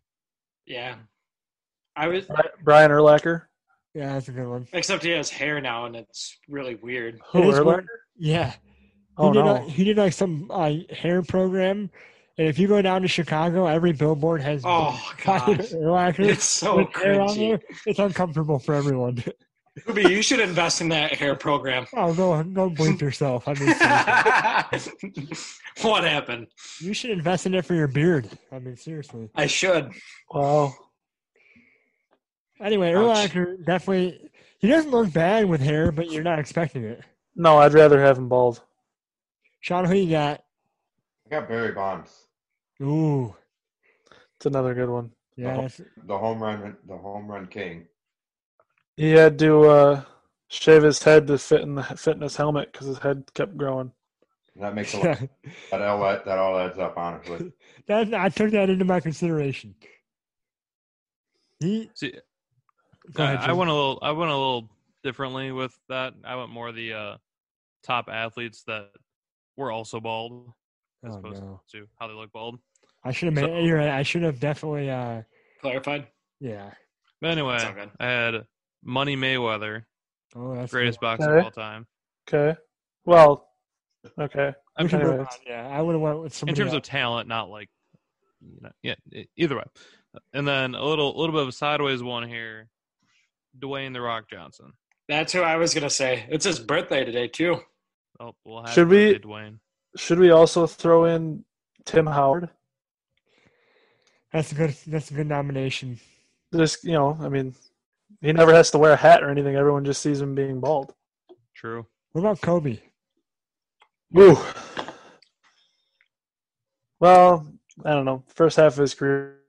Speaker 3: Yeah, I was.
Speaker 2: Bri- Brian Erlacher.
Speaker 4: Yeah, that's a good one.
Speaker 3: Except he has hair now, and it's really weird.
Speaker 2: Who
Speaker 4: It is
Speaker 2: Erlacher?
Speaker 4: weird. Yeah, he
Speaker 2: Oh
Speaker 4: did.
Speaker 2: no.
Speaker 4: like- he did like some uh, hair program, And if you go down to Chicago, every billboard has
Speaker 3: Oh
Speaker 4: Fire
Speaker 3: god,
Speaker 4: relaxers
Speaker 3: it's so
Speaker 4: with air on
Speaker 3: cringy.
Speaker 4: there. It's uncomfortable for everyone.
Speaker 3: Ruby, you should invest in that hair program.
Speaker 4: Oh, go go bleep yourself. I mean, seriously.
Speaker 3: what happened?
Speaker 4: you should invest in it for your beard. I mean, seriously.
Speaker 3: I should.
Speaker 2: Wow.
Speaker 4: Anyway,
Speaker 3: Ouch.
Speaker 4: Urlacher definitely he doesn't look bad with hair, but you're not expecting it.
Speaker 2: No, I'd rather have him bald.
Speaker 4: Sean, who you got?
Speaker 6: I got Barry Bonds.
Speaker 4: Ooh,
Speaker 2: It's another good one.
Speaker 4: yeah, that's,
Speaker 6: The home run, the home run king.
Speaker 2: He had to uh, shave his head to fit in the fit in his helmet because his head kept growing.
Speaker 6: That makes a lot.
Speaker 4: yeah.
Speaker 6: That all add- that all adds up, honestly.
Speaker 4: That I took that into my consideration. He,
Speaker 5: See, uh,
Speaker 4: go ahead,
Speaker 5: I, I
Speaker 4: Jim.
Speaker 5: went a little. I went a little differently with that. I went more the uh, top athletes that were also bald, as
Speaker 4: Oh,
Speaker 5: opposed
Speaker 4: no.
Speaker 5: to how they look bald.
Speaker 4: I should have made.
Speaker 5: So-
Speaker 4: you're right. I should have definitely. Uh,
Speaker 3: Clarified.
Speaker 4: yeah.
Speaker 5: But anyway,
Speaker 3: It's all good.
Speaker 5: I had Money Mayweather,
Speaker 4: Oh, that's
Speaker 5: greatest
Speaker 4: good.
Speaker 5: boxer of
Speaker 2: Okay.
Speaker 5: all time.
Speaker 2: Okay. Well. Okay.
Speaker 5: I
Speaker 4: We can
Speaker 5: mean,
Speaker 4: move
Speaker 2: Anyways.
Speaker 4: on, Yeah, I would have went with
Speaker 5: in
Speaker 4: somebody.
Speaker 5: terms of
Speaker 4: else.
Speaker 5: talent, not like you know, yeah. e- Either way, and then a little, little bit of a sideways one here. Dwayne the Rock Johnson.
Speaker 3: That's who I was gonna say. It's his birthday today too.
Speaker 5: Oh, we'll have
Speaker 2: Should we-
Speaker 5: Dwayne?
Speaker 2: Should we also throw in Tim Howard?
Speaker 4: that's a good. That's a good nomination.
Speaker 2: Just you know, I mean, he never has to wear a hat or anything. Everyone just sees him being bald.
Speaker 5: True.
Speaker 4: What about Kobe?
Speaker 2: Woo. Well, I don't know. First half of his career,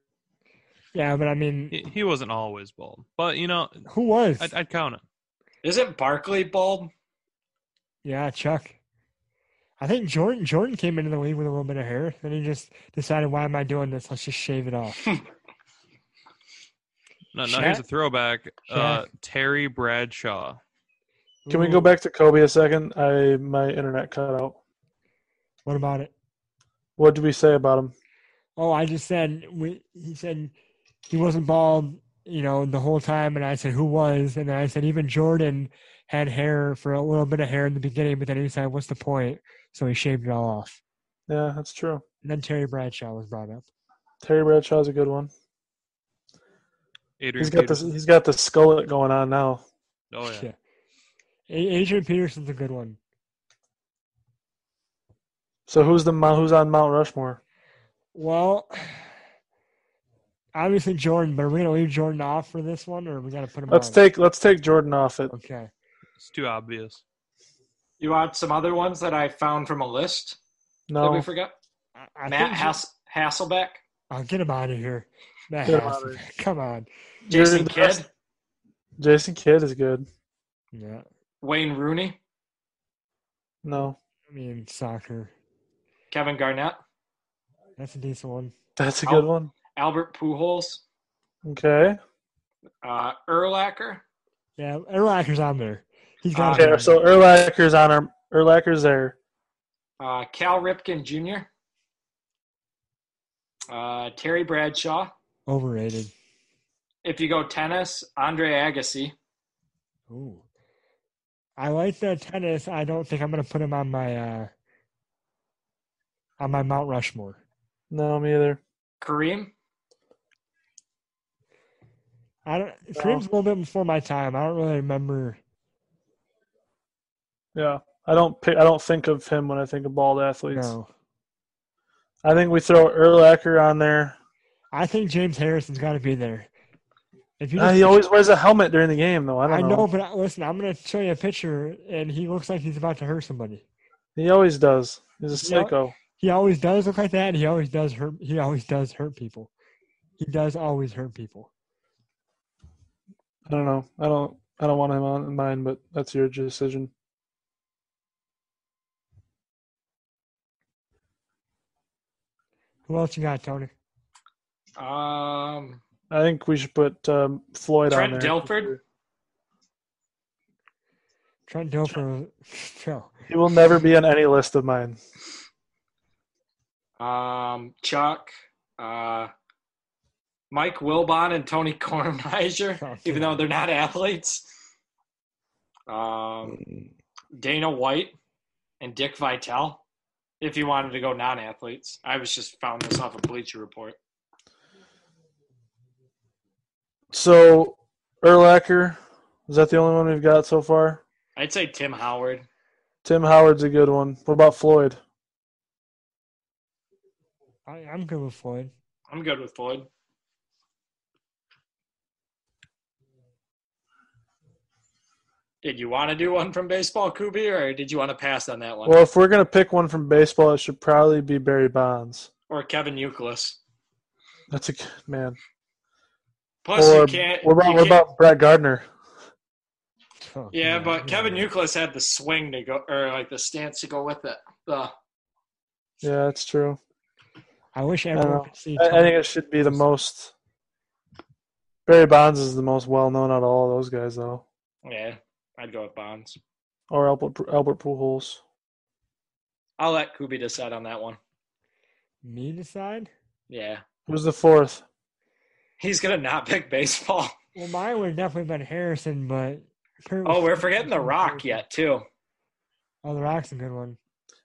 Speaker 4: Yeah, but I mean,
Speaker 5: He, he wasn't always bald, but you know,
Speaker 4: who was?
Speaker 5: I'd, I'd count it.
Speaker 3: Isn't Barkley bald?
Speaker 4: yeah, Chuck. I think Jordan Jordan came into the league with a little bit of hair. Then he just decided, why am I doing this? Let's just shave it off.
Speaker 5: No, no. Here's
Speaker 4: Shaq?
Speaker 5: a throwback. Uh, Terry Bradshaw.
Speaker 2: can we go
Speaker 4: Ooh,
Speaker 2: back to Kobe a second? I my internet cut out.
Speaker 4: What about it?
Speaker 2: What did we say about him?
Speaker 4: Oh, I just said we, he said he wasn't bald, you know, the whole time, and I said who was, and then I said even Jordan had hair for a little bit of hair in the beginning, but then he decided what's the point, so he shaved it all off.
Speaker 2: Yeah, that's true.
Speaker 4: And then Terry Bradshaw was brought up.
Speaker 2: Terry Bradshaw's a good one.
Speaker 5: Adrian
Speaker 2: He's got this.
Speaker 5: Peterson.
Speaker 2: He's got the skullet going on now.
Speaker 5: Oh yeah.
Speaker 4: A- Adrian Peterson's a good one.
Speaker 2: So who's the mo- who's on Mount Rushmore?
Speaker 4: Well, obviously Jordan, but are we gonna leave Jordan off for this one, or we gotta put him?
Speaker 2: Let's
Speaker 4: on?
Speaker 2: take let's take Jordan off it.
Speaker 4: Okay.
Speaker 5: It's too obvious.
Speaker 3: You want some other ones that I found from a list that we
Speaker 2: No,
Speaker 3: forgot?
Speaker 4: I, I
Speaker 3: Matt
Speaker 4: think-
Speaker 3: Hass- Hasselbeck,
Speaker 4: Oh, get him out of here. Matt
Speaker 2: Get him outta
Speaker 4: Hass- Come on.
Speaker 2: You're
Speaker 3: Jason
Speaker 2: the
Speaker 3: Kidd,
Speaker 2: best. Jason Kidd is good.
Speaker 4: Yeah.
Speaker 3: Wayne Rooney,
Speaker 2: No,
Speaker 4: I mean soccer.
Speaker 3: Kevin Garnett,
Speaker 4: That's a decent one.
Speaker 2: that's a
Speaker 3: I'll-
Speaker 2: good one.
Speaker 3: Albert Pujols,
Speaker 2: Okay.
Speaker 3: uh, Erlacher.
Speaker 4: Yeah, Erlacher's on there. He's
Speaker 3: Ah,
Speaker 4: got. to be
Speaker 2: Okay.
Speaker 4: on
Speaker 2: So
Speaker 4: there.
Speaker 2: Erlacher's on our Erlacher's there.
Speaker 3: uh, Cal Ripken Jr., uh, Terry Bradshaw.
Speaker 4: overrated.
Speaker 3: If you go tennis, Andre Agassi.
Speaker 4: Ooh. I like the tennis. I don't think I'm gonna put him on my uh on my Mount Rushmore.
Speaker 2: No, me either.
Speaker 3: Kareem.
Speaker 4: I don't. Kareem's a little bit before my time. I don't really remember.
Speaker 2: Yeah, I don't pick. I don't think of him when I think of bald athletes.
Speaker 4: No,
Speaker 2: I think we throw Erlacher on there.
Speaker 4: I think James Harrison's got to be there. If you
Speaker 2: Ah,
Speaker 4: just,
Speaker 2: he always wears a helmet during the game, though. I don't
Speaker 4: I
Speaker 2: know.
Speaker 4: know, but I- listen, I'm gonna show you a picture, and he looks like he's about to hurt somebody.
Speaker 2: He always does. He's a
Speaker 4: You know-
Speaker 2: psycho.
Speaker 4: He always does look like that, and he always does hurt. He always does hurt people. He does always hurt people.
Speaker 2: I don't know. I don't. I don't want him on mine, but that's your decision.
Speaker 4: Who else you got, Tony?
Speaker 3: Um,
Speaker 2: I think we should put um, Floyd on
Speaker 3: Trent
Speaker 2: there.
Speaker 3: Dilford.
Speaker 4: Trent Dilfer. No.
Speaker 2: He will never be on any list of mine.
Speaker 3: Um, Chuck. Uh, Mike Wilbon and Tony Kornheiser,
Speaker 4: Oh,
Speaker 3: even
Speaker 4: yeah.
Speaker 3: though they're not athletes. Um, Dana White and Dick Vitale. if you wanted to go non-athletes. I was just found this off a of Bleacher Report.
Speaker 2: So Erlacher, is that the only one we've got so far?
Speaker 3: I'd say Tim Howard.
Speaker 2: Tim Howard's a good one. What about Floyd?
Speaker 4: I, I'm good with Floyd.
Speaker 3: I'm good with Floyd. Did you want to do one from baseball, Kubi, or did you want to pass on that one?
Speaker 2: Well, if we're gonna pick one from baseball, it should probably be Barry Bonds.
Speaker 3: or Kevin Euclid?
Speaker 2: That's a good man.
Speaker 3: Plus,
Speaker 2: or
Speaker 3: you can't.
Speaker 2: what about
Speaker 3: you
Speaker 2: what
Speaker 3: can't-
Speaker 2: about Brett Gardner?
Speaker 4: Oh,
Speaker 3: Yeah,
Speaker 4: come on.
Speaker 3: but Kevin Euclid had the swing to go, or like the stance to go with it. The
Speaker 2: Yeah, that's true.
Speaker 4: I wish
Speaker 2: know.
Speaker 4: everyone could see.
Speaker 2: I, I
Speaker 4: Tony.
Speaker 2: think it should be the most. Barry Bonds is the most well known out of all those guys, though,
Speaker 3: yeah, I'd go with Bonds.
Speaker 2: or Albert Albert Pujols.
Speaker 3: I'll let Kubi decide on that one.
Speaker 4: Me decide.
Speaker 3: Yeah,
Speaker 2: Who's the fourth?
Speaker 3: he's gonna not pick baseball.
Speaker 4: Well, mine would have definitely been Harrison, but Kurt was-
Speaker 3: Oh, we're forgetting the Rock yet too.
Speaker 4: Oh, the Rock's a good one.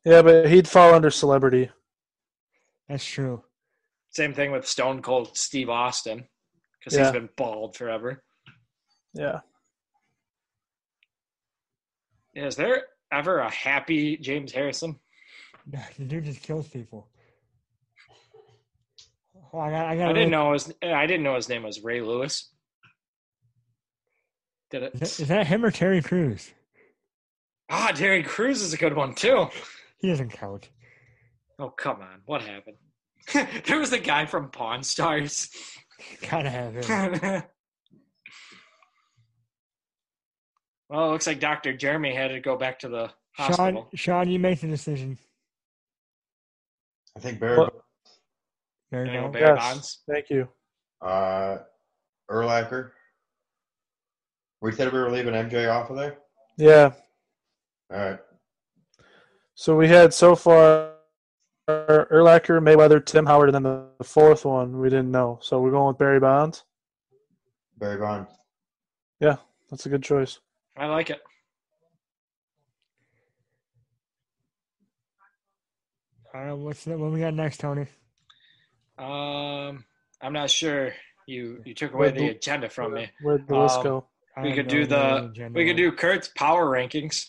Speaker 2: Yeah, but he'd fall under celebrity.
Speaker 4: That's true.
Speaker 3: Same thing with Stone Cold Steve Austin because
Speaker 2: Yeah.
Speaker 3: he's been bald forever.
Speaker 2: Yeah,
Speaker 3: Is there ever a happy James Harrison?
Speaker 4: the dude just kills people. Oh, I got. I got.
Speaker 3: I didn't know his. I didn't know his name was Ray Lewis. Did
Speaker 4: Is that-
Speaker 3: it?
Speaker 4: is that him or Terry Crews?
Speaker 3: Ah, Terry Crews is a good one too.
Speaker 4: He doesn't count.
Speaker 3: Oh come on, what happened? there was a guy from Pawn Stars.
Speaker 4: Gotta have him.
Speaker 3: well, it looks like Doctor Jeremy had to go back to the
Speaker 4: Sean,
Speaker 3: hospital.
Speaker 4: Sean, you make the decision.
Speaker 7: I think Barry,
Speaker 2: What?
Speaker 4: There you
Speaker 3: Anyone
Speaker 4: go.
Speaker 3: Barry
Speaker 2: Yes.
Speaker 3: Bonds.
Speaker 2: thank you.
Speaker 7: uh, Erlacher. We said we were leaving MJ off of there.
Speaker 2: Yeah.
Speaker 7: All right.
Speaker 2: So we had so far Erlacher, Mayweather, Tim Howard, and then the, the fourth one we didn't know. So we're going with Barry Bonds.
Speaker 7: Barry Bonds.
Speaker 2: That's a good choice.
Speaker 3: I like it.
Speaker 4: All right, what's the, what we got next, Tony?
Speaker 3: Um, I'm not sure you you took away
Speaker 2: Wait,
Speaker 3: the
Speaker 2: do-
Speaker 3: agenda from me.
Speaker 2: Where'd the list
Speaker 3: Um,
Speaker 2: go?
Speaker 4: I
Speaker 3: We
Speaker 4: have
Speaker 3: could
Speaker 4: no
Speaker 3: do
Speaker 4: idea what
Speaker 3: the-
Speaker 4: agenda
Speaker 3: We could
Speaker 4: is.
Speaker 3: do Kurt's power rankings.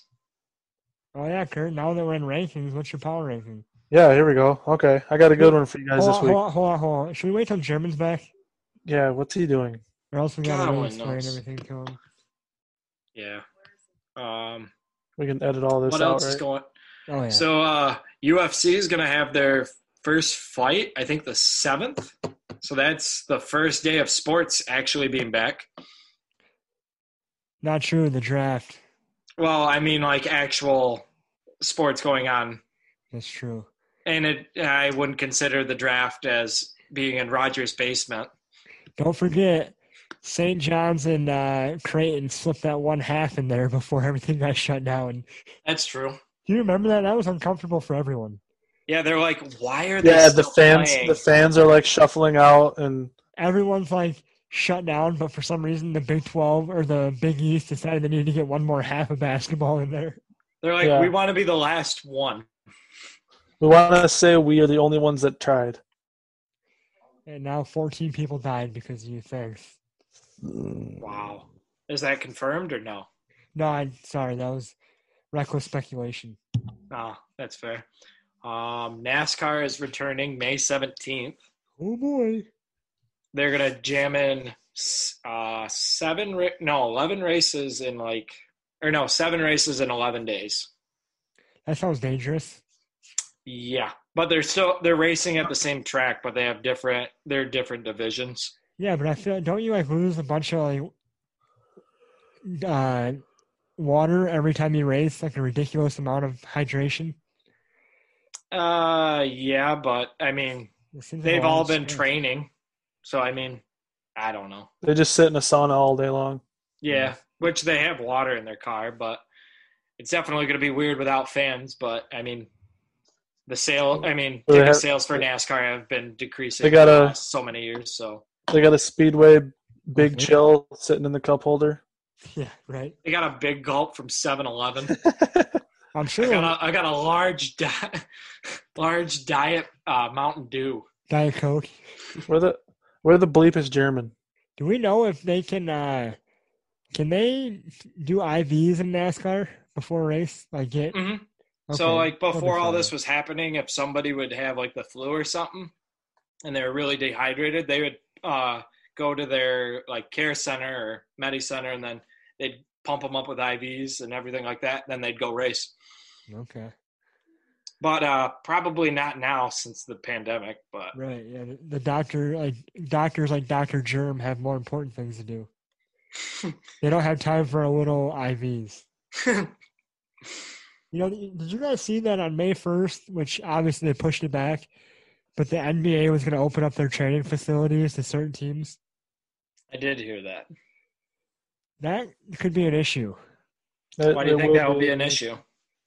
Speaker 4: Oh yeah, Kurt. Now that we're in rankings, what's your power ranking?
Speaker 2: Yeah, here we go. Okay, I got a good one for you guys
Speaker 4: Hold
Speaker 2: this
Speaker 4: on,
Speaker 2: week.
Speaker 4: hold on, hold on, hold on. Should we wait till German's back,
Speaker 2: Yeah, what's he doing?
Speaker 4: or else we gotta
Speaker 3: God,
Speaker 4: really
Speaker 3: one
Speaker 4: explain
Speaker 3: knows.
Speaker 4: everything to him?
Speaker 3: Yeah. Um,
Speaker 2: We can edit all this
Speaker 3: what
Speaker 2: out.
Speaker 3: else is
Speaker 2: right?
Speaker 3: going?
Speaker 4: Oh yeah.
Speaker 3: So uh, UFC is going to have their first fight. I think the seventh. So that's the first day of sports actually being back.
Speaker 4: Not true. The draft.
Speaker 3: Well, I mean, like actual sports going on,
Speaker 4: That's true.
Speaker 3: and it. I wouldn't consider the draft as being in Rogers' basement.
Speaker 4: Don't forget, St. John's and uh, Creighton slipped that one half in there before everything got shut down.
Speaker 3: That's true.
Speaker 4: Do you remember that? That was uncomfortable for everyone.
Speaker 3: Yeah, they're like, why are they?
Speaker 2: Yeah, the
Speaker 3: still
Speaker 2: fans,
Speaker 3: playing?
Speaker 2: the fans are like shuffling out, and
Speaker 4: Everyone's like shut down, but for some reason, the Big 12 or the Big East decided they needed to get one more half of basketball in there.
Speaker 3: they're like,
Speaker 2: Yeah.
Speaker 3: we want to be the last one.
Speaker 2: we want to say we are the only ones that tried.
Speaker 4: And now 14 people died because of you things.
Speaker 3: Wow, is that confirmed or no?
Speaker 4: No, I'm sorry. That was reckless speculation.
Speaker 3: Oh, that's fair. Um, NASCAR is returning May 17th.
Speaker 4: Oh, boy.
Speaker 3: They're going to jam in s- uh, seven, ra- no, 11 races in like, or no, seven races in 11 days.
Speaker 4: That sounds dangerous.
Speaker 3: Yeah. But they're still, they're racing at the same track, but they have different, they're different divisions.
Speaker 4: Yeah, but I feel don't you like lose a bunch of like uh water every time you race, like a ridiculous amount of hydration?
Speaker 3: Uh, yeah, but I mean,
Speaker 4: It seems like a
Speaker 3: they've
Speaker 4: lot
Speaker 3: all
Speaker 4: of
Speaker 3: been
Speaker 4: stress.
Speaker 3: training. So, I mean, I don't know.
Speaker 2: They just sit in a sauna all day long.
Speaker 3: Yeah, which they have water in their car, but it's definitely going to be weird without fans. But I mean, the sale, I mean,
Speaker 2: They
Speaker 3: ticket
Speaker 2: have-
Speaker 3: sales for NASCAR have been decreasing
Speaker 2: They got
Speaker 3: for the
Speaker 2: a-
Speaker 3: last so many years. So
Speaker 2: They got a speedway big
Speaker 4: Mhm.
Speaker 2: chill sitting in the cup holder.
Speaker 4: Yeah, right.
Speaker 3: they got a big gulp from 7 Eleven. I
Speaker 4: I'm sure
Speaker 3: got a, I got a large, di- large diet uh, Mountain Dew.
Speaker 4: Diet Coke.
Speaker 2: Where the where the bleep is German?
Speaker 4: Do we know if they can uh can they do IVs in NASCAR before a race? Like get
Speaker 3: hmm
Speaker 4: okay,
Speaker 3: So like
Speaker 4: that'll be
Speaker 3: before all
Speaker 4: fine.
Speaker 3: this was happening, if somebody would have like the flu or something, and they were really dehydrated, they would uh, go to their like care center or medi center, and then they'd pump them up with IVs and everything like that. Then they'd go race,
Speaker 4: Okay.
Speaker 3: but uh, probably not now since the pandemic. But
Speaker 4: Right. Yeah. The, the doctor, like doctors, like Doctor Germ, have more important things to do. they don't have time for a little IVs. You know, did you guys see that on May first? Which obviously they pushed it back, but the NBA was going to open up their training facilities to certain teams.
Speaker 3: I did hear that.
Speaker 4: That could be an issue.
Speaker 2: That-
Speaker 3: Why do you
Speaker 2: that
Speaker 3: think
Speaker 2: will
Speaker 3: that would be an issue?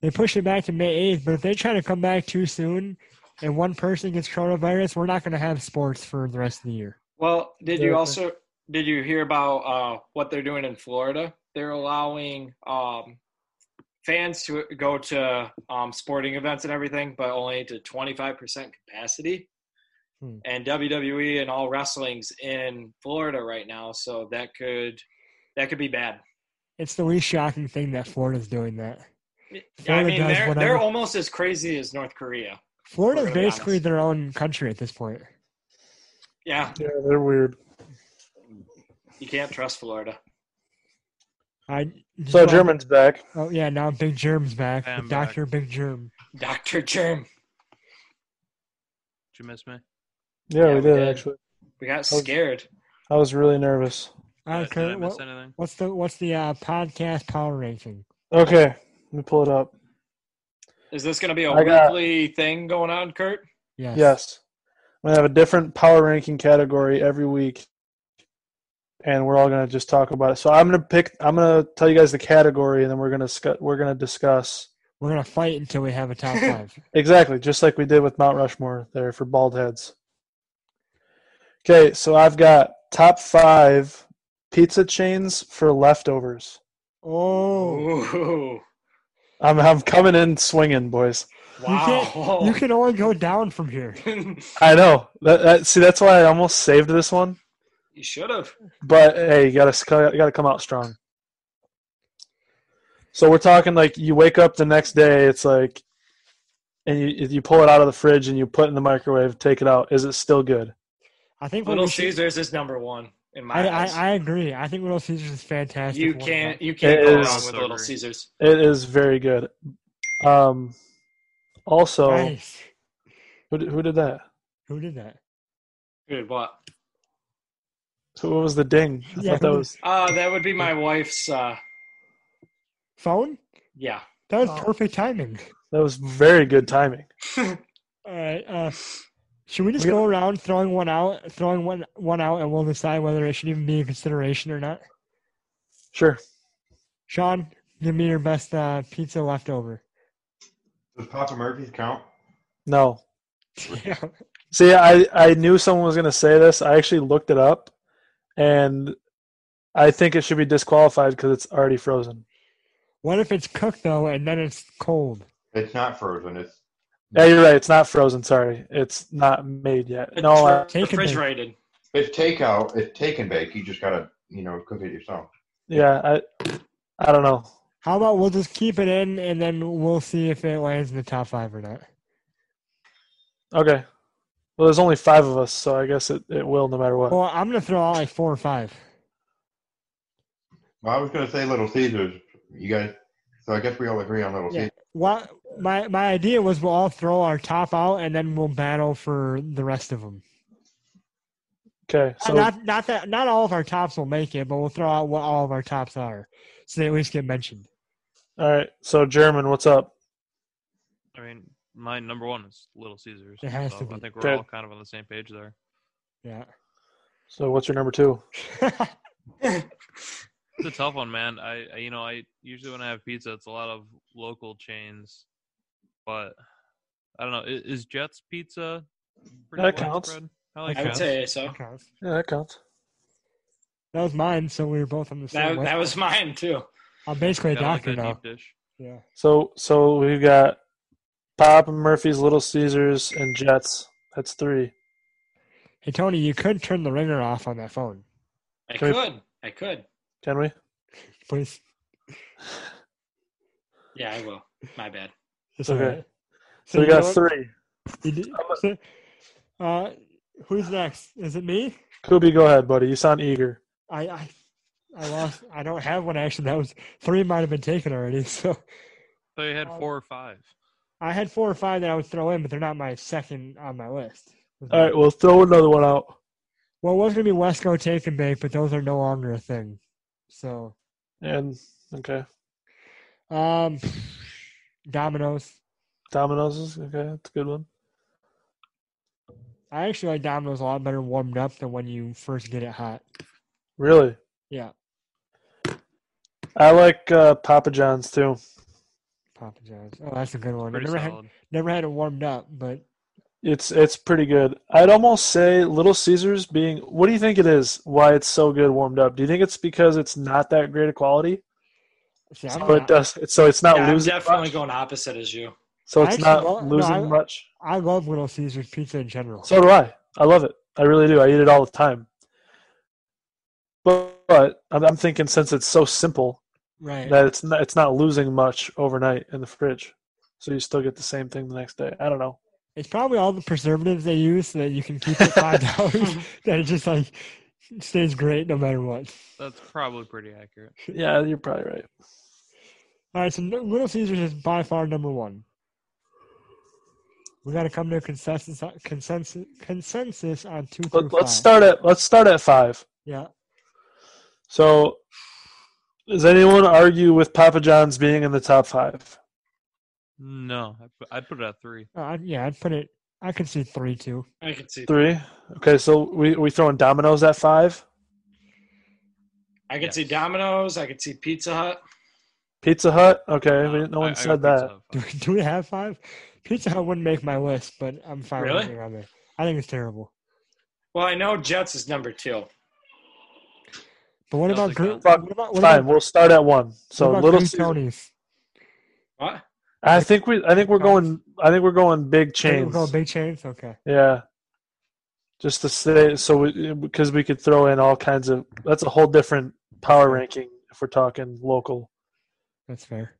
Speaker 4: They pushed it back to May 8th, but if they try to come back too soon and one person gets coronavirus, we're not going to have sports for the rest of the year.
Speaker 3: Well, did
Speaker 2: Yeah.
Speaker 3: you also did you hear about uh, what they're doing in Florida? They're allowing um, fans to go to um, sporting events and everything, but only to twenty five percent capacity.
Speaker 4: Hmm.
Speaker 3: And WWE and all wrestling's in Florida right now, so that could that could be bad.
Speaker 4: It's the least shocking thing that Florida's doing that.
Speaker 3: I
Speaker 4: Florida
Speaker 3: mean,
Speaker 4: does
Speaker 3: they're
Speaker 4: whatever-
Speaker 3: they're almost as crazy as North Korea.
Speaker 4: Florida's
Speaker 3: We're gonna be
Speaker 4: basically
Speaker 3: honest.
Speaker 4: their own country at this point.
Speaker 3: Yeah,
Speaker 2: Yeah, they're weird.
Speaker 3: you can't trust Florida.
Speaker 4: I just
Speaker 2: So
Speaker 4: wanna-
Speaker 2: German's back.
Speaker 4: Oh yeah, now Big Germ's back.
Speaker 5: I am back.
Speaker 4: Doctor Big Germ.
Speaker 3: Doctor Germ,
Speaker 5: Did you miss me?
Speaker 2: Yeah,
Speaker 3: Yeah,
Speaker 2: we
Speaker 3: we
Speaker 2: did
Speaker 3: did.
Speaker 2: actually.
Speaker 3: we got scared.
Speaker 2: I was really nervous.
Speaker 4: All right,
Speaker 5: Did I
Speaker 4: Kurt,
Speaker 5: miss
Speaker 4: what,
Speaker 5: anything?
Speaker 4: what's the what's the uh, podcast power ranking?
Speaker 2: Okay, let me pull it up.
Speaker 3: Is this going to be a
Speaker 2: I got-
Speaker 3: weekly thing going on, Kurt?
Speaker 4: Yes.
Speaker 2: Yes, I'm gonna have a different power ranking category every week, and we're all gonna just talk about it. So I'm gonna pick. I'm gonna tell you guys the category, and then we're gonna discuss. We're gonna discuss
Speaker 4: We're gonna fight until we have a top five.
Speaker 2: exactly just like we did with Mount Rushmore there for bald heads. Okay, so I've got top five pizza chains for leftovers.
Speaker 4: Oh,
Speaker 3: Ooh.
Speaker 2: I'm I'm coming in swinging, boys.
Speaker 3: Wow.
Speaker 4: you can only go down from here.
Speaker 2: I know. That, that see, that's why I almost saved this one.
Speaker 3: you should have.
Speaker 2: But hey, you gotta you gotta come out strong. So we're talking like you wake up the next day, it's like, and you you pull it out of the fridge and you put it in the microwave, take it out. Is it still good?
Speaker 4: I think what
Speaker 3: Little
Speaker 4: we should-
Speaker 3: Caesars is number one in my
Speaker 4: I, I,
Speaker 3: eyes.
Speaker 4: I agree. I think Little Caesars is fantastic.
Speaker 3: you
Speaker 4: What
Speaker 3: can't
Speaker 4: about-
Speaker 3: you can't go
Speaker 2: It
Speaker 3: wrong
Speaker 2: is-
Speaker 3: with Little
Speaker 5: Agree.
Speaker 3: Caesars.
Speaker 2: It is very good. Um, also,
Speaker 4: Nice.
Speaker 2: who did, who did that?
Speaker 4: Who did that?
Speaker 3: Dude, what?
Speaker 2: Who what was the ding? I
Speaker 4: Yeah,
Speaker 2: thought
Speaker 4: who
Speaker 2: that
Speaker 4: did-
Speaker 2: was
Speaker 3: Uh, that would be my wife's. Uh,
Speaker 4: Phone?
Speaker 3: yeah.
Speaker 4: That was
Speaker 2: Oh.
Speaker 4: perfect timing.
Speaker 2: that was very good timing.
Speaker 4: All right. Uh, should we just
Speaker 2: We-
Speaker 4: go around throwing one out, throwing one one out, and we'll decide whether it should even be in consideration or not?
Speaker 2: Sure.
Speaker 4: Sean, give me your best uh, pizza leftover.
Speaker 7: Does Papa Murphy's count?
Speaker 2: No.
Speaker 4: Yeah.
Speaker 2: See, I I knew someone was gonna say this. I actually looked it up, and I think it should be disqualified because it's already frozen.
Speaker 4: What if it's cooked though, and then it's cold?
Speaker 7: It's not frozen. It's
Speaker 2: Yeah, you're right. It's not frozen. Sorry, it's not made yet. No, I,
Speaker 3: It's
Speaker 4: Take a
Speaker 3: refrigerated.
Speaker 7: it's takeout. It's take and bake. You just gotta you know cook it yourself.
Speaker 2: yeah, I I don't know.
Speaker 4: How about we'll just keep it in, and then we'll see if it lands in the top five or not.
Speaker 2: Okay. Well, there's only five of us, so I guess it, it will no matter what.
Speaker 4: Well, I'm gonna throw out like four or five.
Speaker 7: Well, I was gonna say Little Caesars. You guys. So I guess we all agree on Little
Speaker 4: Yeah.
Speaker 7: Caesars.
Speaker 4: Well, my my idea was we'll all throw our top out and then we'll battle for the rest of them.
Speaker 2: okay, so
Speaker 4: not not that not all of our tops will make it, but we'll throw out what all of our tops are, so they at least get mentioned.
Speaker 2: all right, so German, what's up?
Speaker 5: I mean, my number one is Little Caesars.
Speaker 4: It has
Speaker 5: so
Speaker 4: to be.
Speaker 5: I think we're
Speaker 2: Okay.
Speaker 5: all kind of on the same page there.
Speaker 4: Yeah.
Speaker 2: So what's your number two?
Speaker 3: Oh.
Speaker 5: It's a tough one, man. I, I you know, I usually when I have pizza, it's a lot of local chains, but I don't know. Is, is Jets Pizza? pretty
Speaker 2: That counts.
Speaker 5: widespread? I like
Speaker 3: I would
Speaker 5: Jets.
Speaker 3: say so.
Speaker 4: Okay.
Speaker 2: Yeah, that counts.
Speaker 4: That was mine, so we were both on the same.
Speaker 3: That
Speaker 4: way.
Speaker 3: that was mine too.
Speaker 4: I'm basically a
Speaker 5: Kinda like
Speaker 4: doctor
Speaker 5: that
Speaker 4: now.
Speaker 5: deep dish.
Speaker 4: Yeah.
Speaker 2: So so we've got Bob Murphy's, Little Caesars, and Jets. That's three.
Speaker 4: Hey Tony, you could turn the ringer off on that phone,
Speaker 3: I
Speaker 2: Can we-
Speaker 3: could. I could.
Speaker 2: Can we?
Speaker 4: please.
Speaker 3: Yeah, I will. My bad.
Speaker 4: It's
Speaker 2: Okay.
Speaker 4: alright.
Speaker 2: So we
Speaker 4: you know
Speaker 2: got
Speaker 4: what?
Speaker 2: three.
Speaker 4: You did- so- uh, who's next? Is it me?
Speaker 2: Kubi, go ahead, buddy. You sound eager.
Speaker 4: I, I I lost. I don't have one actually. That was three might have been taken already. So
Speaker 5: So you had
Speaker 4: Um,
Speaker 5: four or five.
Speaker 4: I had four or five that I would throw in, but they're not my second on my list.
Speaker 2: All right, we'll throw another one out.
Speaker 4: Well, it was gonna be Wesco Take and Bake, but those are no longer a thing. So
Speaker 2: And okay,
Speaker 4: um, Domino's.
Speaker 2: Domino's is okay. That's a good one.
Speaker 4: I actually like Domino's a lot better warmed up than when you first get it hot.
Speaker 2: Really,
Speaker 4: Yeah,
Speaker 2: I like uh, Papa John's too.
Speaker 4: Papa John's. Oh, that's a good one. I
Speaker 5: Pretty
Speaker 4: never had,
Speaker 5: solid.
Speaker 4: never had it warmed up, but
Speaker 2: It's it's pretty good. I'd almost say Little Caesars being. What do you think it is? Why it's so good warmed up? Do you think it's because it's not that great a quality?
Speaker 4: see, I'm
Speaker 2: So it
Speaker 4: not,
Speaker 2: does. So it's not
Speaker 3: Yeah, I'm
Speaker 2: losing.
Speaker 3: definitely
Speaker 2: much?
Speaker 3: going opposite as you.
Speaker 2: So
Speaker 4: I
Speaker 2: it's
Speaker 4: actually
Speaker 2: not
Speaker 4: lo- no,
Speaker 2: losing
Speaker 4: I-
Speaker 2: much.
Speaker 4: I love Little Caesars pizza in general.
Speaker 2: So do I. I love it. I really do. I eat it all the time. But, but I'm, I'm thinking since it's so simple
Speaker 4: right.
Speaker 2: that it's not, it's not losing much overnight in the fridge, so you still get the same thing the next day. I don't know.
Speaker 4: It's probably all the preservatives they use so that you can keep it five dollars. that it just like stays great no matter what.
Speaker 5: That's probably pretty accurate.
Speaker 2: Yeah, you're probably right.
Speaker 4: All right, so N- Little Caesars is by far number one. We got to come to a consensus uh, consensus consensus on two through
Speaker 2: Let, let's
Speaker 4: five.
Speaker 2: start at let's start at five.
Speaker 4: Yeah,
Speaker 2: So, does anyone argue with Papa John's being in the top five?
Speaker 5: No, I put, I put it at three.
Speaker 4: uh, I'd- yeah, I'd put it. I can see three too.
Speaker 3: I can see.
Speaker 2: Three. Okay, so we we throwing Domino's at five.
Speaker 3: I could see
Speaker 5: Yes.
Speaker 3: Domino's. I could see Pizza Hut.
Speaker 2: Pizza Hut. Okay, we didn't- no
Speaker 5: Uh, I-
Speaker 2: one
Speaker 5: I
Speaker 2: said
Speaker 5: got Pizza
Speaker 2: that.
Speaker 5: Hut
Speaker 4: Do,
Speaker 5: five.
Speaker 4: we- do we have five? Pizza Hut wouldn't make my list, but I'm fine
Speaker 3: Really?
Speaker 4: with it on there. I think it's terrible.
Speaker 3: Well, I know Jets is number two.
Speaker 4: But what
Speaker 5: Sounds
Speaker 4: about
Speaker 5: like
Speaker 4: Gru-
Speaker 2: that.
Speaker 4: what about what
Speaker 2: Fine,
Speaker 4: about,
Speaker 2: we'll start at one. So
Speaker 4: what about
Speaker 2: little
Speaker 4: Green
Speaker 2: Caesar-
Speaker 4: Tony's?
Speaker 3: What?
Speaker 2: I think we I think we're going I think we're going big
Speaker 4: We'll
Speaker 2: chains.
Speaker 4: go big chains. Okay.
Speaker 2: yeah. Just to say so we because we could throw in all kinds of that's a whole different power ranking if we're talking local.
Speaker 4: That's fair.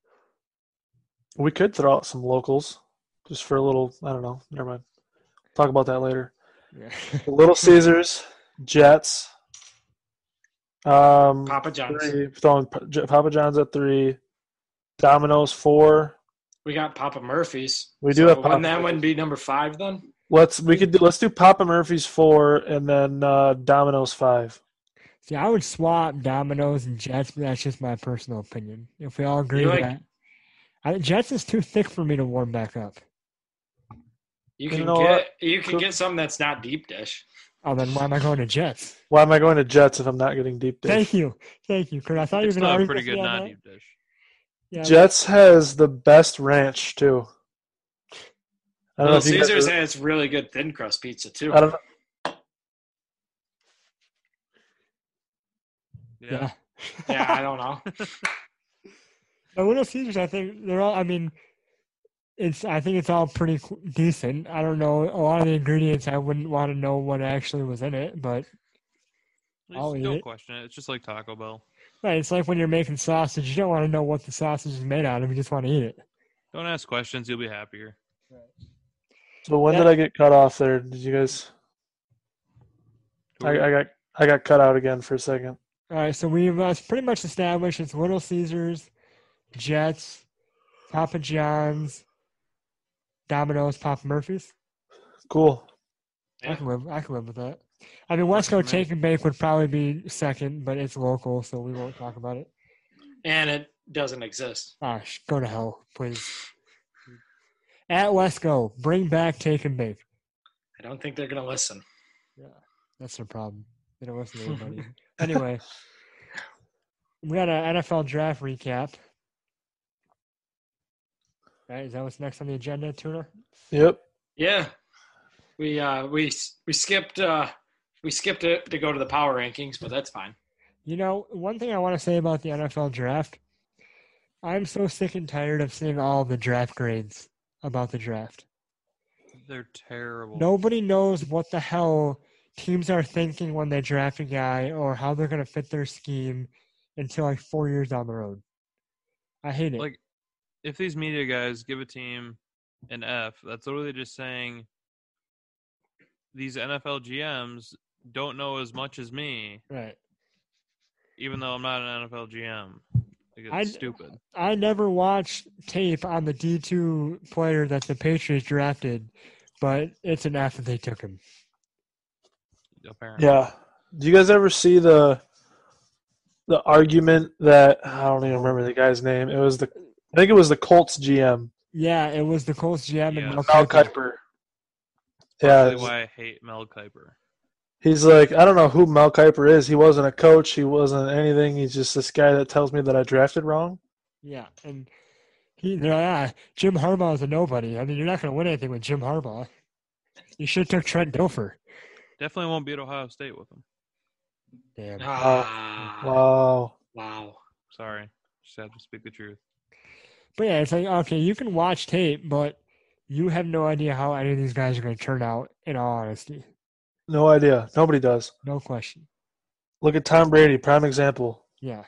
Speaker 2: We could throw out some locals just for a little I don't know. Never mind. Talk about that later.
Speaker 4: Yeah.
Speaker 2: Little Caesars, Jets. Um
Speaker 3: Papa John's.
Speaker 2: three, throwing P- J- Papa John's at three, Domino's four.
Speaker 3: We got Papa Murphy's.
Speaker 2: We do have Papa
Speaker 3: Wouldn't that
Speaker 2: Murphy's.
Speaker 3: one be number five then?
Speaker 2: Let's we could do let's do Papa Murphy's four and then uh, Domino's five.
Speaker 4: See, I would swap Domino's and Jets, but that's just my personal opinion. If we all agree
Speaker 3: You
Speaker 4: with
Speaker 3: like-
Speaker 4: that, I, Jets is too thick for me to warm back up.
Speaker 2: You
Speaker 3: You can
Speaker 2: know
Speaker 3: get
Speaker 2: what?
Speaker 3: you can
Speaker 2: Cool.
Speaker 3: get something that's not deep dish.
Speaker 4: Oh, then why am I going to Jets?
Speaker 2: Why am I going to Jets if I'm not getting deep dish?
Speaker 4: Thank you, thank you, Kurt. I thought you were
Speaker 5: It's
Speaker 4: going to
Speaker 5: still a
Speaker 4: argue
Speaker 5: pretty
Speaker 4: with
Speaker 5: good
Speaker 4: me on
Speaker 5: non-deep
Speaker 4: that.
Speaker 5: dish.
Speaker 4: Yeah,
Speaker 2: Jets has the best ranch too. I don't know
Speaker 3: Little
Speaker 2: if you guys
Speaker 3: Caesars
Speaker 2: are-
Speaker 3: has really good thin crust pizza too.
Speaker 2: I don't know.
Speaker 5: Yeah.
Speaker 4: yeah.
Speaker 3: yeah, I don't know.
Speaker 4: The Little Caesars, I think they're all. I mean, it's. I think it's all pretty qu- decent. I don't know a lot of the ingredients. I wouldn't want to know what actually was in it, but
Speaker 5: You
Speaker 4: I'll eat
Speaker 5: still
Speaker 4: it.
Speaker 5: question it. It's just like Taco Bell.
Speaker 4: right, it's like when you're making sausage, you don't want to know what the sausage is made out of. You just want to eat it.
Speaker 5: Don't ask questions. You'll be happier.
Speaker 2: So when
Speaker 4: Yeah.
Speaker 2: did I get cut off there? Did you guys? I, I got I got cut out again for a second.
Speaker 4: All right, so we've uh, pretty much established it's Little Caesars, Jets, Papa John's, Domino's, Papa Murphy's.
Speaker 2: Cool.
Speaker 4: I can live. I can live with that. I mean, Wesco
Speaker 5: Works for me.
Speaker 4: Take and Bake would probably be second, but it's local, so we won't talk about it.
Speaker 3: And it doesn't exist.
Speaker 4: Gosh, go to hell, please. At Wesco, bring back Take and Bake.
Speaker 3: I don't think they're gonna listen.
Speaker 4: That's their problem. They don't listen to anybody. anyway, we got an NFL draft recap. Right, is that what's next on the agenda, Tuner?
Speaker 2: Yep.
Speaker 3: Yeah, we uh we we skipped uh we skipped it to go to the power rankings, but that's fine.
Speaker 4: You know, one thing I want to say about the NFL draft, I'm so sick and tired of seeing all the draft grades about the draft.
Speaker 5: They're terrible.
Speaker 4: Nobody knows what the hell teams are thinking when they draft a guy or how they're going to fit their scheme until like four years down the road. I hate it.
Speaker 5: Like, if these media guys give a team an F, that's literally just saying these NFL GMs don't know as much as me,
Speaker 4: right.
Speaker 5: even though I'm not an NFL GM. Like, it's
Speaker 4: I-
Speaker 5: stupid.
Speaker 4: I never watched tape on the D2 player that the Patriots drafted, but it's an F that they took him.
Speaker 5: Apparently.
Speaker 2: Yeah. Do you guys ever see the the argument that I don't even remember the guy's name? It was the I think it was the Colts GM,
Speaker 4: Yeah, it was the Colts GM
Speaker 5: Yeah.
Speaker 4: and Mel
Speaker 2: Mel
Speaker 4: Kiper.
Speaker 2: Kiper.
Speaker 5: Probably
Speaker 2: Yeah,
Speaker 5: why I hate Mel Kiper.
Speaker 2: he's like I don't know who Mel Kiper is. He wasn't a coach. He wasn't anything. He's just this guy that tells me that I drafted wrong.
Speaker 4: Yeah, and he, they're like, ah, Jim Harbaugh's a nobody. I mean, you're not going to win anything with Jim Harbaugh. You should have took Trent Dilfer.
Speaker 5: Definitely won't be at Ohio State with him.
Speaker 4: Damn.
Speaker 3: Ah,
Speaker 2: Uh, Wow.
Speaker 3: wow.
Speaker 5: Sorry. Just have to speak the truth.
Speaker 4: But yeah, it's like okay, you can watch tape, but you have no idea how any of these guys are going to turn out. In all honesty,
Speaker 2: No idea. Nobody does.
Speaker 4: no question.
Speaker 2: Look at Tom Brady, prime example.
Speaker 4: Yeah.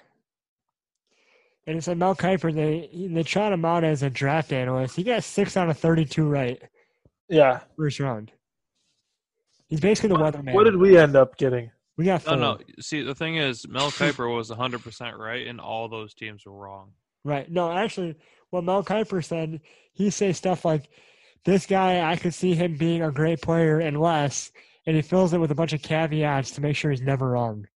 Speaker 4: And it's like Mel Kiper. They he- they trot him out as a draft analyst. He got six out of thirty-two right
Speaker 2: Yeah.
Speaker 4: first round. He's basically the weatherman.
Speaker 2: What did we end up getting?
Speaker 4: We got
Speaker 5: No,
Speaker 4: four.
Speaker 5: no. See, the thing is, Mel Kiper was 100% right, and all those teams were wrong.
Speaker 4: Right. No, actually, what Mel Kiper said, he say stuff like, "This guy, I could see him being a great player unless," and he fills it with a bunch of caveats to make sure he's never wrong.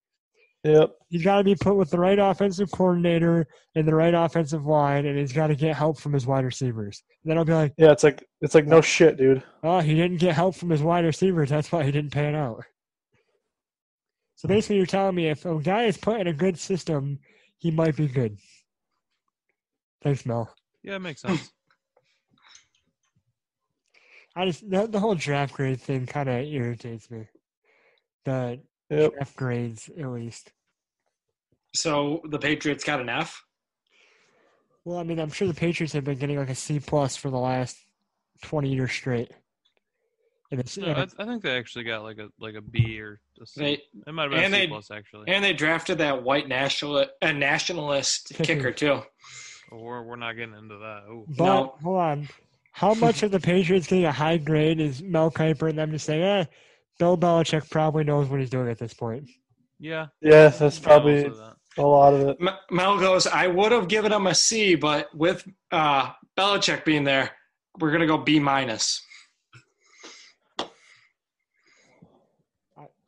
Speaker 2: Yep.
Speaker 4: he's got to be put with the right offensive coordinator and the right offensive line, and he's got to get help from his wide receivers. then I'll be like,
Speaker 2: Yeah, it's like it's like no shit, dude.
Speaker 4: oh, he didn't get help from his wide receivers. That's why he didn't pan out. So basically, you're telling me if a guy is put in a good system, he might be good. Thanks, Mel.
Speaker 5: Yeah, it makes sense.
Speaker 4: I just the, the whole draft grade thing kind of irritates me. The
Speaker 2: Yep.
Speaker 4: draft grades, at least.
Speaker 3: So the Patriots got an F.
Speaker 4: Well, I mean, I'm sure the Patriots have been getting like a C plus for the last 20 years straight. And it's,
Speaker 5: No, I, I think they actually got like a like a B or a C.
Speaker 3: They
Speaker 5: it might have been
Speaker 3: and
Speaker 5: a C
Speaker 3: they-
Speaker 5: plus actually.
Speaker 3: and they drafted that white national a nationalist
Speaker 4: Kicker.
Speaker 3: kicker too.
Speaker 5: we're we're not getting into that. Ooh.
Speaker 4: but
Speaker 3: no.
Speaker 4: hold on, how much of the Patriots getting a high grade is Mel Kiper and them just saying, "Eh, Bill Belichick probably knows what he's doing at this point."
Speaker 5: Yeah.
Speaker 2: Yeah, that's
Speaker 5: yeah,
Speaker 2: probably
Speaker 5: also that.
Speaker 2: a lot of it.
Speaker 3: M- Mel goes, I would have given him a C, but with uh, Belichick being there, we're gonna go B minus.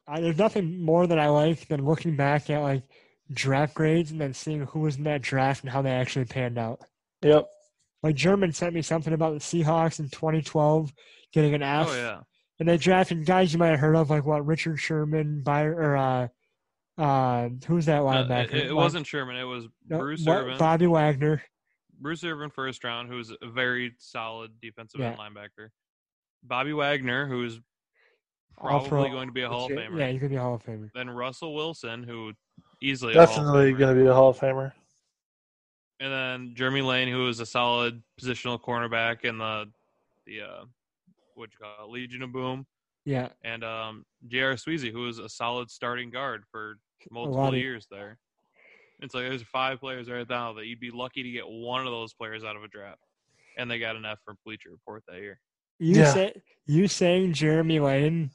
Speaker 4: I, there's nothing more that I like than looking back at like draft grades and then seeing who was in that draft and how they actually panned out.
Speaker 2: Yep.
Speaker 4: Like German sent me something about the Seahawks in 2012 getting an F.
Speaker 5: Oh yeah.
Speaker 4: and they drafted guys you might have heard of, like what Richard Sherman, by or uh, uh, who's that
Speaker 5: No,
Speaker 4: linebacker?
Speaker 5: it, it
Speaker 4: Like-
Speaker 5: wasn't Sherman. It was
Speaker 4: no,
Speaker 5: Bruce
Speaker 4: what-
Speaker 5: Irvin.
Speaker 4: Bobby Wagner.
Speaker 5: Bruce Irvin first round, who's a very solid defensive end
Speaker 4: Yeah.
Speaker 5: linebacker. Bobby Wagner, who's
Speaker 4: All
Speaker 5: probably
Speaker 4: pro.
Speaker 5: going to be a Hall of Famer.
Speaker 4: Yeah, he's gonna be a Hall of Famer.
Speaker 5: Then Russell Wilson, who easily
Speaker 2: Definitely going to be a Hall of Famer.
Speaker 5: and then Jeremy Lane, who is a solid positional cornerback in the the uh, what you call it, Legion of Boom,
Speaker 4: Yeah,
Speaker 5: and um, J.R. Sweezy, who was a solid starting guard for
Speaker 4: lot
Speaker 5: multiple
Speaker 4: of-
Speaker 5: years there. It's like there's five players right now that you'd be lucky to get one of those players out of a draft, and they got an F from Bleacher Report that year.
Speaker 4: you
Speaker 2: Yeah.
Speaker 4: say you saying Jeremy Lane.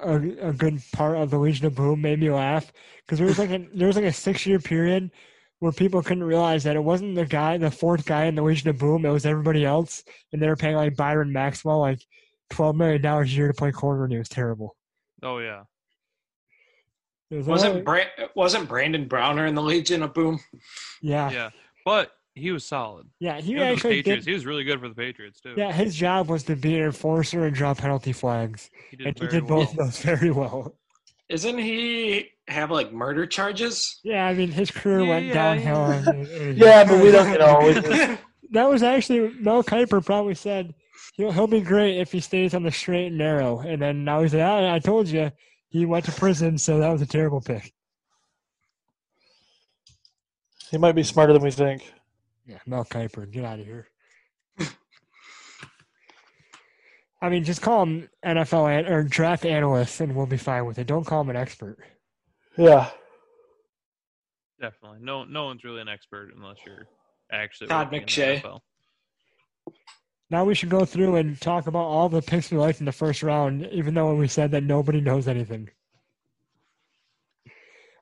Speaker 4: A, a good part of the Legion of Boom made me laugh because there was like a there was like a six year period where people couldn't realize that it wasn't the guy the fourth guy in the Legion of Boom it was everybody else and they were paying like Byron Maxwell like twelve million dollars a year to play corner and it was terrible.
Speaker 5: Oh yeah,
Speaker 4: It was like, oh,
Speaker 3: Wasn't Bra- wasn't Brandon Browner in the Legion of Boom?
Speaker 4: Yeah,
Speaker 5: yeah, but he was solid.
Speaker 4: yeah. Ah. He
Speaker 5: He was, with the
Speaker 4: actually
Speaker 5: Patriots.
Speaker 4: did.
Speaker 5: he was really good for the Patriots too.
Speaker 4: Yeah, his job was to be an enforcer and draw penalty flags,
Speaker 5: he
Speaker 4: and
Speaker 5: did
Speaker 4: he
Speaker 5: very
Speaker 4: did
Speaker 5: well.
Speaker 4: both of those very well.
Speaker 3: Isn't he have like murder charges?
Speaker 4: Yeah, I mean his career went
Speaker 5: Yeah,
Speaker 4: downhill.
Speaker 5: yeah.
Speaker 4: and it- it-
Speaker 2: Yeah, but we don't, you know, we just,
Speaker 3: yeah,
Speaker 4: That was actually Mel Kiper probably said he'll he'll be great if he stays on the straight and narrow, and then now he's like, ah, I told you, he went to prison, so that was a terrible pick.
Speaker 2: he might be smarter than we think.
Speaker 4: Yeah, Mel Kiper, get out of here. I mean, just call him NFL an- or draft analyst, and we'll be fine with it. Don't call him an expert.
Speaker 2: Yeah.
Speaker 5: Definitely. No no one's really an expert unless you're actually
Speaker 3: Todd
Speaker 5: working in the
Speaker 3: McShay.
Speaker 5: NFL.
Speaker 4: Now we should go through and talk about all the picks we liked in the first round, even though we said that nobody knows anything.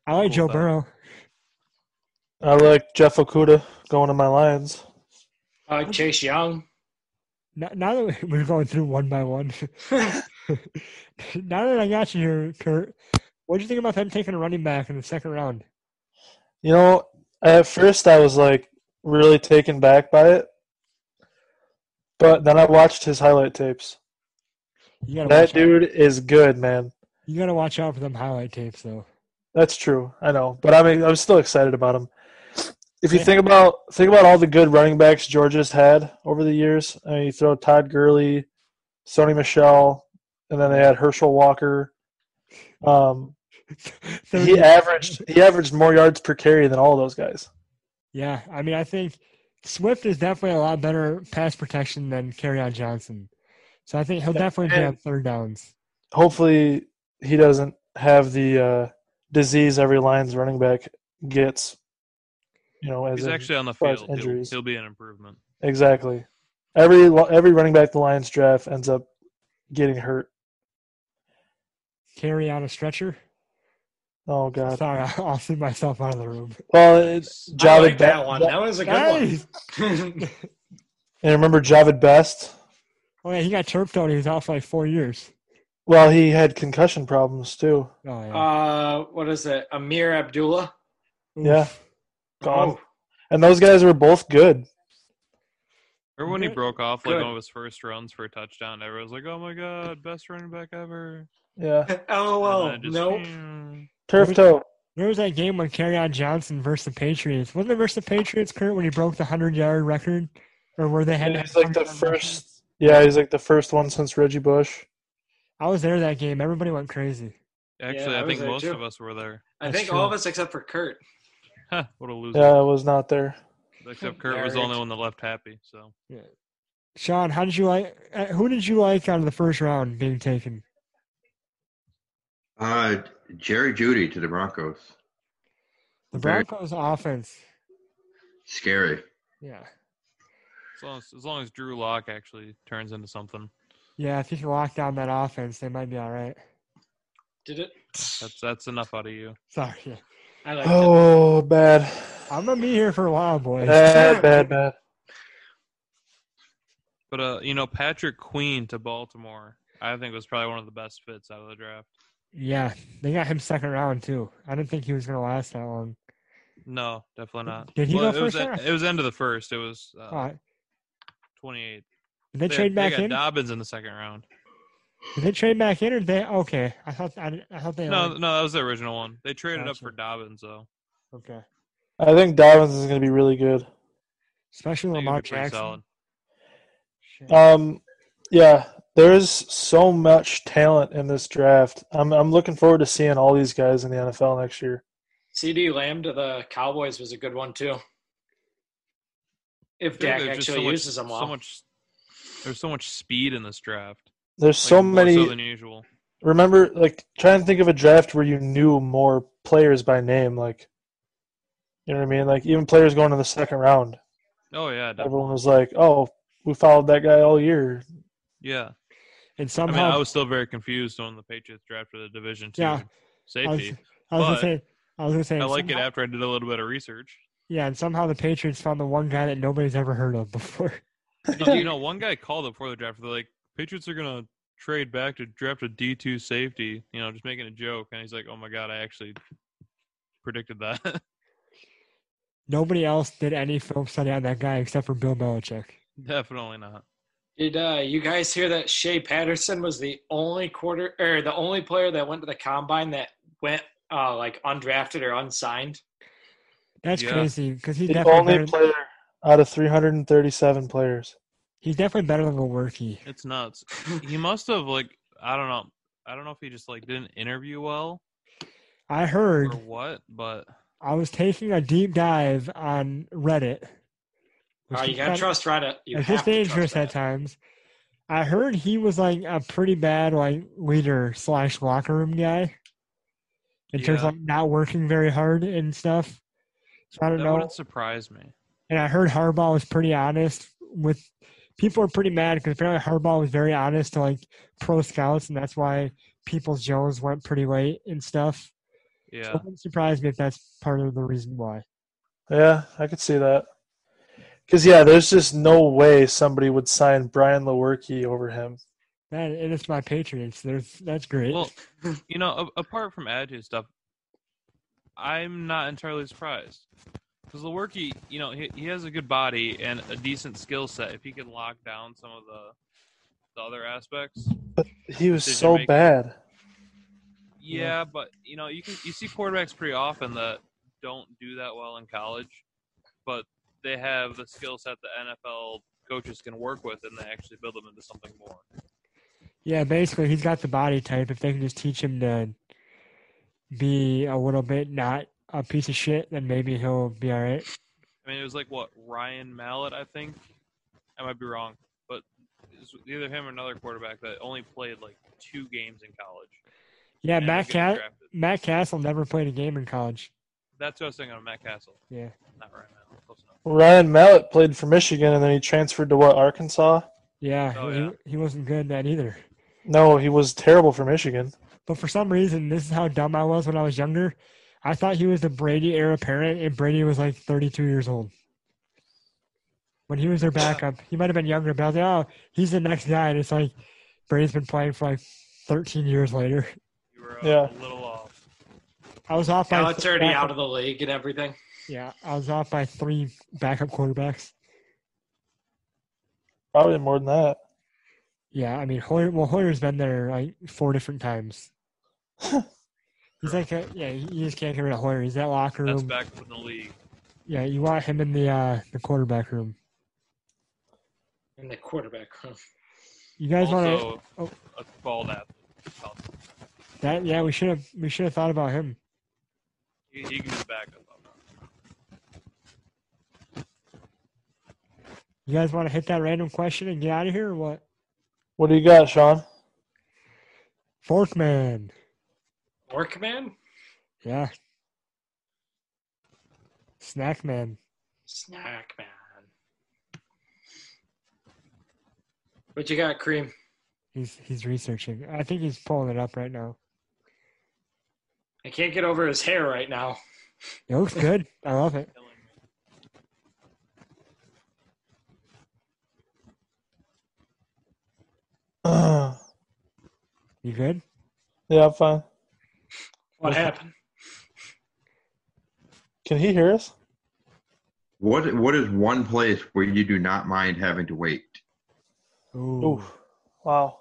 Speaker 4: I like
Speaker 5: Cool
Speaker 4: Joe
Speaker 5: thought.
Speaker 4: Burrow.
Speaker 2: I like Jeff Okuda going to my Lions.
Speaker 3: I like Uh, Chase Young.
Speaker 4: Now, now that we- we're going through one by one, now that I got you here, Kurt, what do you think about them taking a running back in the second round?
Speaker 2: You know, at first I was like really taken back by it, but then I watched his highlight tapes.
Speaker 4: You gotta
Speaker 2: That
Speaker 4: watch Out.
Speaker 2: dude is good, man.
Speaker 4: You gotta watch out for them highlight tapes, though.
Speaker 2: That's true. I know, but I mean, I'm still excited about him. If you
Speaker 4: Yeah.
Speaker 2: think about think about all the good running backs Georgia's had over the years, I mean, you throw Todd Gurley, Sony Michelle, and then they had Herschel Walker. Um, he averaged he averaged more yards per carry than all those guys.
Speaker 4: Yeah, I mean, I think Swift is definitely a lot better pass protection than Carryon Johnson. So I think he'll definitely be
Speaker 2: and-
Speaker 4: on third downs.
Speaker 2: hopefully he doesn't have the uh, disease every Lions running back gets. You know, as
Speaker 5: He's
Speaker 2: in-
Speaker 5: actually on the
Speaker 2: far as
Speaker 5: field. He'll,
Speaker 2: injuries.
Speaker 5: he'll be an improvement.
Speaker 2: exactly every lo- every running back the Lions draft ends up getting hurt.
Speaker 4: Carry on a stretcher.
Speaker 2: Oh God!
Speaker 4: Sorry, I'll see myself out of the room.
Speaker 2: Well, it's
Speaker 3: I
Speaker 2: Javid
Speaker 3: like that
Speaker 2: Be-
Speaker 3: one.
Speaker 2: Ja-
Speaker 3: That was a
Speaker 4: Nice.
Speaker 3: good one.
Speaker 2: and remember Javid Best.
Speaker 4: Oh, yeah, he got turfed out. He was out for like four years.
Speaker 2: Well, he had concussion problems too.
Speaker 4: Oh, yeah.
Speaker 3: uh, what is it? Amir Abdullah.
Speaker 4: Oof.
Speaker 2: yeah. Gone.
Speaker 3: Oh,
Speaker 2: And those guys were both good.
Speaker 5: Remember when he
Speaker 4: Good-
Speaker 5: broke off like
Speaker 3: good.
Speaker 5: one of his first runs for a touchdown? Everyone was like, "Oh my god, best running back ever!"
Speaker 2: Yeah,
Speaker 3: lol.
Speaker 5: And then it just-
Speaker 3: Nope.
Speaker 2: turf toe.
Speaker 4: There was that game when Carryon Johnson versus the Patriots. Wasn't it versus the Patriots, Kurt, when he broke the 100 yard record? Or where they had.
Speaker 2: Yeah,
Speaker 4: to
Speaker 2: he's like the first. Yeah, he's like the first one since Reggie Bush.
Speaker 4: I was there that game. Everybody went crazy.
Speaker 5: Actually,
Speaker 3: I
Speaker 5: I
Speaker 3: was
Speaker 5: think
Speaker 3: there
Speaker 5: most
Speaker 3: too.
Speaker 5: of us were there.
Speaker 3: I
Speaker 4: That's
Speaker 3: think all of
Speaker 4: true.
Speaker 3: us except for Kurt.
Speaker 5: Ha, what a loser!
Speaker 2: Yeah, I was not there.
Speaker 5: Except Kurt was the
Speaker 3: Derek.
Speaker 5: only one that left happy. So
Speaker 4: Sean, how did you like? uh, Who did you like out of the first round being taken?
Speaker 6: Uh, Jerry Judy to the Broncos.
Speaker 4: The
Speaker 6: Very-
Speaker 4: Broncos offense.
Speaker 6: Scary.
Speaker 4: Yeah.
Speaker 5: as long as, as long as Drew Lock actually turns into something,
Speaker 4: Yeah, if you can lock down that offense, they might be all right.
Speaker 3: Did it?
Speaker 5: that's that's enough out of you.
Speaker 4: Sorry.
Speaker 3: I like it.
Speaker 2: Oh, bad.
Speaker 4: I'm going to be here for a while, boys.
Speaker 2: Bad, bad, bad.
Speaker 5: But uh, you know, Patrick Queen to Baltimore, I think was probably one of the best fits out of the draft.
Speaker 4: Yeah, they got him second round, too. I didn't think he was going to last that long.
Speaker 5: No, definitely not.
Speaker 4: Did he
Speaker 5: well,
Speaker 4: go
Speaker 5: it was
Speaker 4: first
Speaker 5: at-
Speaker 4: round?
Speaker 5: it was end of the first. It was
Speaker 4: All
Speaker 5: uh,
Speaker 4: right.
Speaker 5: twenty eighth.
Speaker 4: Did they, trade
Speaker 5: they
Speaker 4: back
Speaker 5: got
Speaker 4: in?
Speaker 5: Dobbins in the second round.
Speaker 4: Did they trade back in or did they? Okay. I thought, I, I thought they.
Speaker 5: No,
Speaker 4: like-
Speaker 5: no, that was the original one. They traded up
Speaker 4: Gotcha.
Speaker 5: for Dobbins though.
Speaker 4: Okay.
Speaker 2: I think Dobbins is going to be really good.
Speaker 4: Especially
Speaker 5: I think it'd be
Speaker 4: Lamar
Speaker 5: pretty
Speaker 4: Jackson.
Speaker 5: solid.
Speaker 4: Shit.
Speaker 3: Uh,
Speaker 2: Um, yeah, there is so much talent in this draft. I'm I'm looking forward to seeing all these guys in the NFL next year.
Speaker 3: CD Lamb to the Cowboys was a good one too. If
Speaker 5: Dude,
Speaker 3: Dak
Speaker 5: there's just
Speaker 3: actually
Speaker 5: so much,
Speaker 3: uses them well,
Speaker 5: So much. There's so much speed in this draft.
Speaker 2: There's
Speaker 5: Like,
Speaker 2: so
Speaker 5: more
Speaker 2: many.
Speaker 5: so than usual.
Speaker 2: remember, like try and think of a draft where you knew more players by name. Like, you know what I mean? Like even players going to the second round,
Speaker 5: Oh yeah, definitely.
Speaker 2: everyone was like, "Oh, we followed that guy all year."
Speaker 5: yeah.
Speaker 4: And
Speaker 5: I mean,
Speaker 4: somehow.
Speaker 5: I was still very confused when the Patriots drafted the division two
Speaker 4: Yeah. I was,
Speaker 5: safety.
Speaker 4: I was
Speaker 5: but-
Speaker 4: gonna say, I was gonna say,
Speaker 5: I like it
Speaker 4: somehow-
Speaker 5: after I did a little bit of research.
Speaker 4: Yeah, and somehow the Patriots found the one guy that nobody's ever heard of before.
Speaker 5: No, you know, one guy called it before the draft. They're like, Patriots are gonna trade back to draft a D two safety. You know, just making a joke, and he's like, "Oh my god, I actually predicted that."
Speaker 4: Nobody else did any film study on that guy except for Bill Belichick.
Speaker 5: Definitely not.
Speaker 3: did uh, you guys hear that Shea Patterson was the only quarter or the only player that went to the combine that went uh, like undrafted or unsigned?
Speaker 4: That's
Speaker 5: Yeah.
Speaker 4: crazy because he's
Speaker 2: The
Speaker 4: definitely
Speaker 2: only
Speaker 4: better,
Speaker 2: player out of 337 players.
Speaker 4: he's definitely better than Lewerke.
Speaker 5: It's nuts. he must have like I don't know. I don't know if he just like didn't interview well
Speaker 4: I
Speaker 5: or
Speaker 4: heard
Speaker 5: what, but
Speaker 4: I was taking a deep dive on Reddit which
Speaker 3: Uh,
Speaker 4: is
Speaker 3: you gotta
Speaker 4: kinda-
Speaker 3: trust Reddit. You
Speaker 4: it's
Speaker 3: have
Speaker 4: just
Speaker 3: to
Speaker 4: dangerous
Speaker 3: trust
Speaker 4: at
Speaker 3: Reddit.
Speaker 4: times. I heard he was like a pretty bad like leader slash locker room guy. In terms of
Speaker 5: Yeah.
Speaker 4: like not working very hard and stuff. So I
Speaker 5: That
Speaker 4: don't know.
Speaker 5: wouldn't surprise me.
Speaker 4: And I heard Harbaugh was pretty honest with people are pretty mad because apparently Harbaugh was very honest to like pro scouts and that's why people's Jones went pretty late and stuff. So
Speaker 5: Yeah.
Speaker 4: it wouldn't surprise me if that's part of the reason why.
Speaker 2: Yeah, I could see that. Because yeah, there's just no way somebody would sign Brian Lewerke over him.
Speaker 4: That and it's my Patriots. There's that's great.
Speaker 5: Well, you know, a- apart from attitude stuff, I'm not entirely surprised because Lewerke, you know, he, he has a good body and a decent skill set. If he can lock down some of the the other aspects,
Speaker 2: He was
Speaker 5: Decision
Speaker 2: so
Speaker 5: making.
Speaker 2: bad.
Speaker 5: yeah. But you know, you can you see quarterbacks pretty often that don't do that well in college, but they have the skill set that NFL coaches can work with, and they actually build them into something more.
Speaker 4: Yeah, basically, he's got the body type. If they can just teach him to be a little bit not a piece of shit, then maybe he'll be all right.
Speaker 5: I mean, it was like what Ryan Mallett, I think. I might be wrong, but it was either him or another quarterback that only played like two games in college.
Speaker 4: Yeah,
Speaker 5: and they
Speaker 4: Matt
Speaker 5: got
Speaker 4: Cat
Speaker 5: drafted.
Speaker 4: Matt Castle never played a game in college.
Speaker 5: That's what I was thinking of Matt Castle,
Speaker 4: Yeah,
Speaker 5: not Ryan Mallett. Close enough.
Speaker 2: Ryan Mallett played for Michigan and then he transferred to what Arkansas?
Speaker 4: yeah,
Speaker 5: Oh,
Speaker 4: he,
Speaker 5: yeah.
Speaker 4: he wasn't good in that either.
Speaker 2: No, he was terrible for Michigan.
Speaker 4: But for some reason, this is how dumb I was when I was younger. I thought he was the Brady heir apparent, and Brady was like 32 years old. When he was their backup, he might have been younger, but I was like, oh, he's the next guy. And it's like Brady's been playing for like 13 years later.
Speaker 5: You were uh,
Speaker 2: Yeah.
Speaker 5: a little off.
Speaker 4: I was off by.
Speaker 3: Now it's
Speaker 4: three
Speaker 3: already
Speaker 4: backup-
Speaker 3: out of the league and everything.
Speaker 4: Yeah, I was off by three backup quarterbacks.
Speaker 2: Probably more than that.
Speaker 4: Yeah, I mean Hoyer. Well, Hoyer's been there like four different times. He's like, a, yeah, you just can't get rid of Hoyer. He's that locker
Speaker 5: That's
Speaker 4: room.
Speaker 5: back from the league.
Speaker 4: Yeah, you want him in the uh, the quarterback room.
Speaker 3: In the quarterback room.
Speaker 4: You guys want to?
Speaker 5: Also,
Speaker 4: oh.
Speaker 5: a ball that
Speaker 4: That yeah, we should have we should have thought about him.
Speaker 5: he, he can be the backup.
Speaker 4: You guys want to hit that random question and get out of here or what?
Speaker 2: What do you got, Sean?
Speaker 4: Fourth man.
Speaker 3: Workman?
Speaker 4: Yeah. Snack man.
Speaker 3: Snack man. What you got, Cream?
Speaker 4: He's he's researching. I think he's pulling it up right now.
Speaker 3: I can't get over his hair right now.
Speaker 4: It looks good. I love it.
Speaker 5: Killing me.
Speaker 2: yeah,
Speaker 4: You good?
Speaker 2: I'm fine.
Speaker 3: What
Speaker 4: Okay.
Speaker 3: happened?
Speaker 2: Can he hear us?
Speaker 6: What What is one place where you do not mind having to wait?
Speaker 4: Ooh.
Speaker 2: Ooh, wow.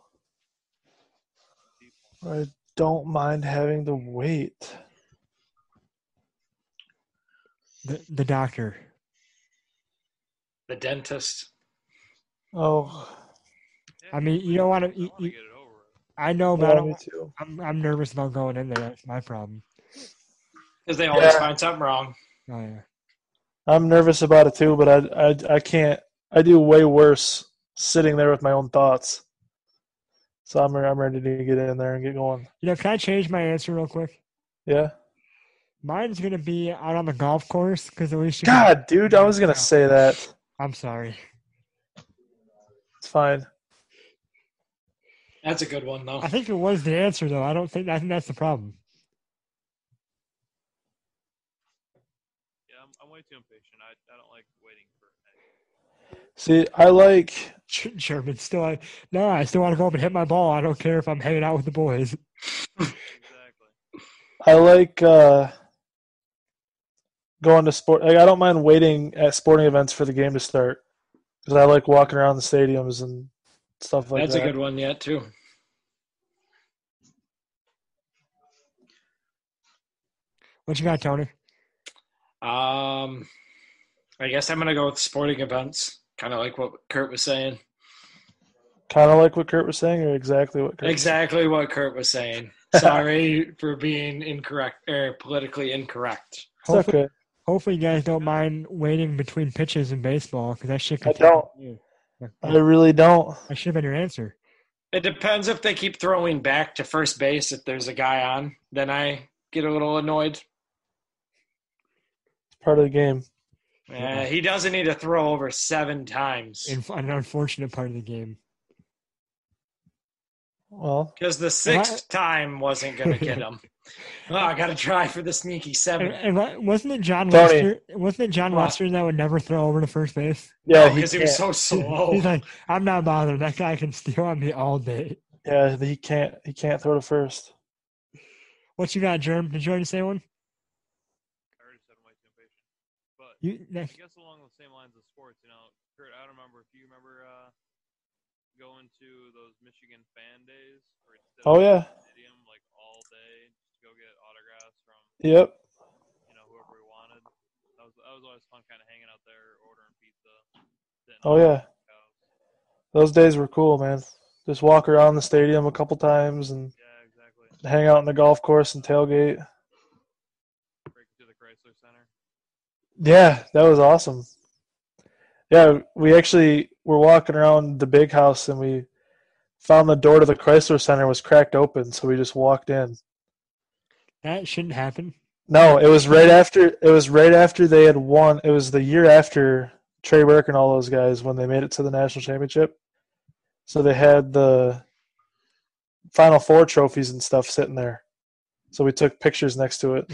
Speaker 2: I don't mind having to wait.
Speaker 4: The, the doctor.
Speaker 3: The dentist.
Speaker 2: Oh,
Speaker 5: Yeah,
Speaker 4: I mean, you don't wanna- you-
Speaker 5: I wanna
Speaker 4: you-
Speaker 5: get it over. with.
Speaker 4: I know, but I
Speaker 2: yeah, me
Speaker 4: don't,
Speaker 2: too.
Speaker 4: I'm I'm nervous about going in there. That's my problem.
Speaker 3: Because they always
Speaker 2: Yeah.
Speaker 3: find something wrong.
Speaker 4: Oh yeah.
Speaker 2: I'm nervous about it too, but I, I, I can't. I do way worse sitting there with my own thoughts. So I'm, I'm ready to get in there and get going.
Speaker 4: You know, can I change my answer real quick?
Speaker 2: Yeah.
Speaker 4: Mine's gonna be out on the golf course because at least you. can-
Speaker 2: God, dude, I was gonna say that.
Speaker 4: I'm sorry.
Speaker 2: It's fine.
Speaker 3: That's a good one, though.
Speaker 4: I think it was the answer though. I don't think. I think that's the problem.
Speaker 5: Yeah, I'm, I'm way too impatient. I, I don't like waiting for.
Speaker 2: See, I like.
Speaker 4: Ch- Sherman still. I, no, I still want to go up and hit my ball. I don't care if I'm hanging out with the boys.
Speaker 5: Exactly.
Speaker 2: I like uh, going to sport. Like, I don't mind waiting at sporting events for the game to start because I like walking around the stadiums and stuff like
Speaker 3: That's
Speaker 2: that.
Speaker 3: a good one yet, too.
Speaker 4: What you got, Tony?
Speaker 3: Um, I guess I'm going to go with sporting events, kind of like what Kurt was saying.
Speaker 2: Kind of like what Kurt was saying, or exactly what Kurt. was saying.
Speaker 3: Exactly what Kurt was saying. Sorry for being incorrect or er, politically incorrect.
Speaker 2: It's
Speaker 4: Hopefully,
Speaker 2: okay.
Speaker 4: Hopefully, you guys don't mind waiting between pitches in baseball because that shit.
Speaker 2: I
Speaker 4: Could
Speaker 2: don't. I really don't.
Speaker 4: That should have been your answer.
Speaker 3: It depends if they keep throwing back to first base if there's a guy on, then I get a little annoyed.
Speaker 2: It's part of the game.
Speaker 3: Uh, he doesn't need to throw over seven times
Speaker 4: In an unfortunate part of the game.
Speaker 2: Well,
Speaker 3: because the sixth time wasn't going to get him. oh, I got to try for the sneaky
Speaker 4: And,
Speaker 3: seven.
Speaker 4: and wa- wasn't it John
Speaker 2: Tony.
Speaker 4: Webster? Wasn't it John
Speaker 3: What?
Speaker 4: Webster that would never throw over to first base?
Speaker 2: yeah, he,
Speaker 3: because he was
Speaker 2: can't-
Speaker 3: so slow.
Speaker 4: He's like, I'm not bothered. That guy can steal on me all day.
Speaker 2: yeah, he can't. He can't throw to first.
Speaker 4: What you got, Germ? Did you already say one?
Speaker 5: I already said I'm way too impatient. But
Speaker 4: You
Speaker 5: I
Speaker 4: next.
Speaker 5: guess along the same lines of sports, you know, Kurt, I don't remember if you remember uh, going to those Michigan fan days. Where you sit
Speaker 2: Oh,
Speaker 5: outside
Speaker 2: yeah.
Speaker 5: the Stadium, like all day, just to go get autographs from
Speaker 2: Yep.
Speaker 5: you know whoever we wanted. That was that was always fun, kind of hanging out there, ordering pizza. sitting
Speaker 2: Oh,
Speaker 5: on
Speaker 2: yeah.
Speaker 5: the couch.
Speaker 2: Those days were cool, man. Just walk around the stadium a couple times and
Speaker 5: Yeah, exactly.
Speaker 2: hang out in the golf course and tailgate.
Speaker 5: Break into the Chrysler Center.
Speaker 2: Yeah, that was awesome. Yeah, we actually were walking around the big house and we found the door to the Chrysler Center was cracked open, so we just walked in.
Speaker 4: That shouldn't happen.
Speaker 2: No, it was right after it was right after they had won. It was the year after Trey Burke and all those guys when they made it to the national championship. So they had the Final Four trophies and stuff sitting there. So we took pictures next to it.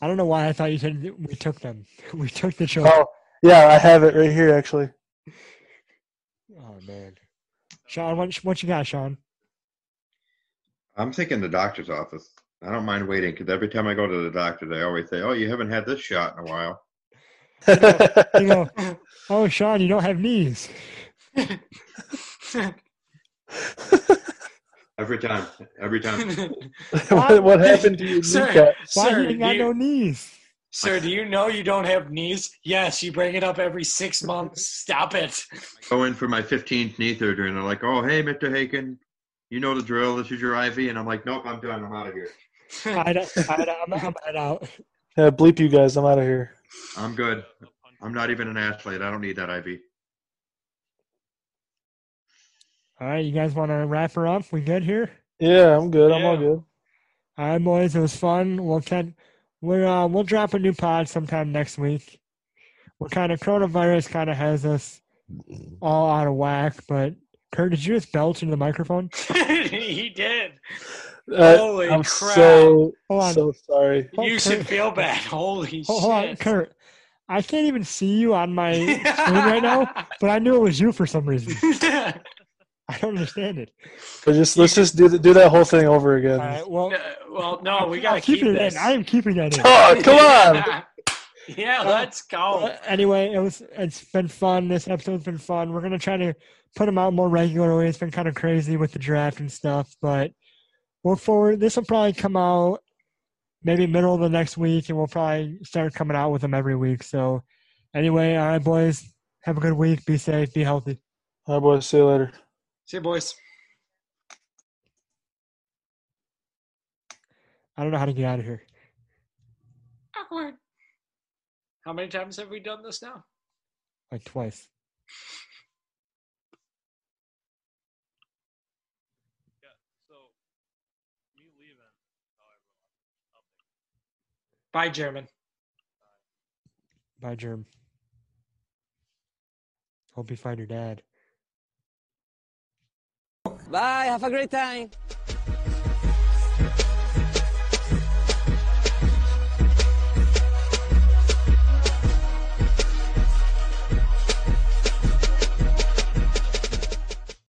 Speaker 4: I don't know why I thought you said that we took them. We took the trophy.
Speaker 2: Oh, yeah, I have it right here actually.
Speaker 4: Oh man, Sean, what what you got, Sean?
Speaker 7: I'm thinking the doctor's office. I don't mind waiting because every time I go to the doctor, they always say, "Oh, you haven't had this shot in a while."
Speaker 4: You know, oh Sean, you don't have knees.
Speaker 7: Every time, every time.
Speaker 2: what, what happened to your
Speaker 3: Sir.
Speaker 2: kneecap?
Speaker 4: Why
Speaker 3: Sir,
Speaker 4: do you got
Speaker 3: you-
Speaker 4: no knees?
Speaker 3: Sir, do you know you don't have knees? Yes, you bring it up every six months. Stop it.
Speaker 7: go in for my 15th knee surgery, and they're like, "Oh, hey, Mr. Haken, you know the drill. This is your IV." And I'm like, "Nope, I'm done. I'm out of here.
Speaker 4: I don't, I don't, I'm, I'm head out.
Speaker 2: Yeah, Uh, bleep you guys. I'm out of here.
Speaker 7: I'm good. I'm not even an athlete. I don't need that IV."
Speaker 4: All right, you guys want to wrap her up? We good here?
Speaker 2: Yeah, I'm good. I'm all
Speaker 3: Yeah.
Speaker 2: good.
Speaker 4: All right, boys, it was fun. We'll can we're uh, we'll drop a new pod sometime next week. We're kind of coronavirus kind of has us all out of whack. But Kurt, did you just belch into the microphone?
Speaker 3: he did.
Speaker 2: Uh,
Speaker 3: Holy
Speaker 2: I'm
Speaker 3: crap.
Speaker 2: so
Speaker 4: Hold on,
Speaker 2: so sorry.
Speaker 4: Hold
Speaker 3: you should
Speaker 4: Oh, Kurt-
Speaker 3: feel bad. Holy
Speaker 4: hold,
Speaker 3: shit.
Speaker 4: hold on, Kurt. I can't even see you on my screen right now, but I knew it was you for some reason. I don't understand it.
Speaker 2: But just let's just do the, do that whole thing over again.
Speaker 4: All right, well,
Speaker 3: Uh, well, no, we
Speaker 4: I'm
Speaker 3: gotta keep,
Speaker 4: keeping
Speaker 3: this.
Speaker 4: it in. I Uh, am keeping that in.
Speaker 2: Oh, come on.
Speaker 3: yeah, let's go.
Speaker 4: Well, Oh, anyway, it was it's been fun. This episode's been fun. We're gonna try to put them out more regularly. It's been kind of crazy with the draft and stuff, but we'll forward. This will probably come out maybe middle of the next week, and we'll probably start coming out with them every week. So, anyway, all right, boys, have a good week. Be safe. Be healthy.
Speaker 2: All right, boys. See you later.
Speaker 3: See you, boys.
Speaker 4: I don't know how to get out of here.
Speaker 3: Awkward. How many times have we done this now?
Speaker 4: Like twice.
Speaker 5: Yeah. So me leaving. However, I'll think.
Speaker 3: Bye, German.
Speaker 4: Bye, Germ. Hope you find your dad.
Speaker 8: Bye, have a great time.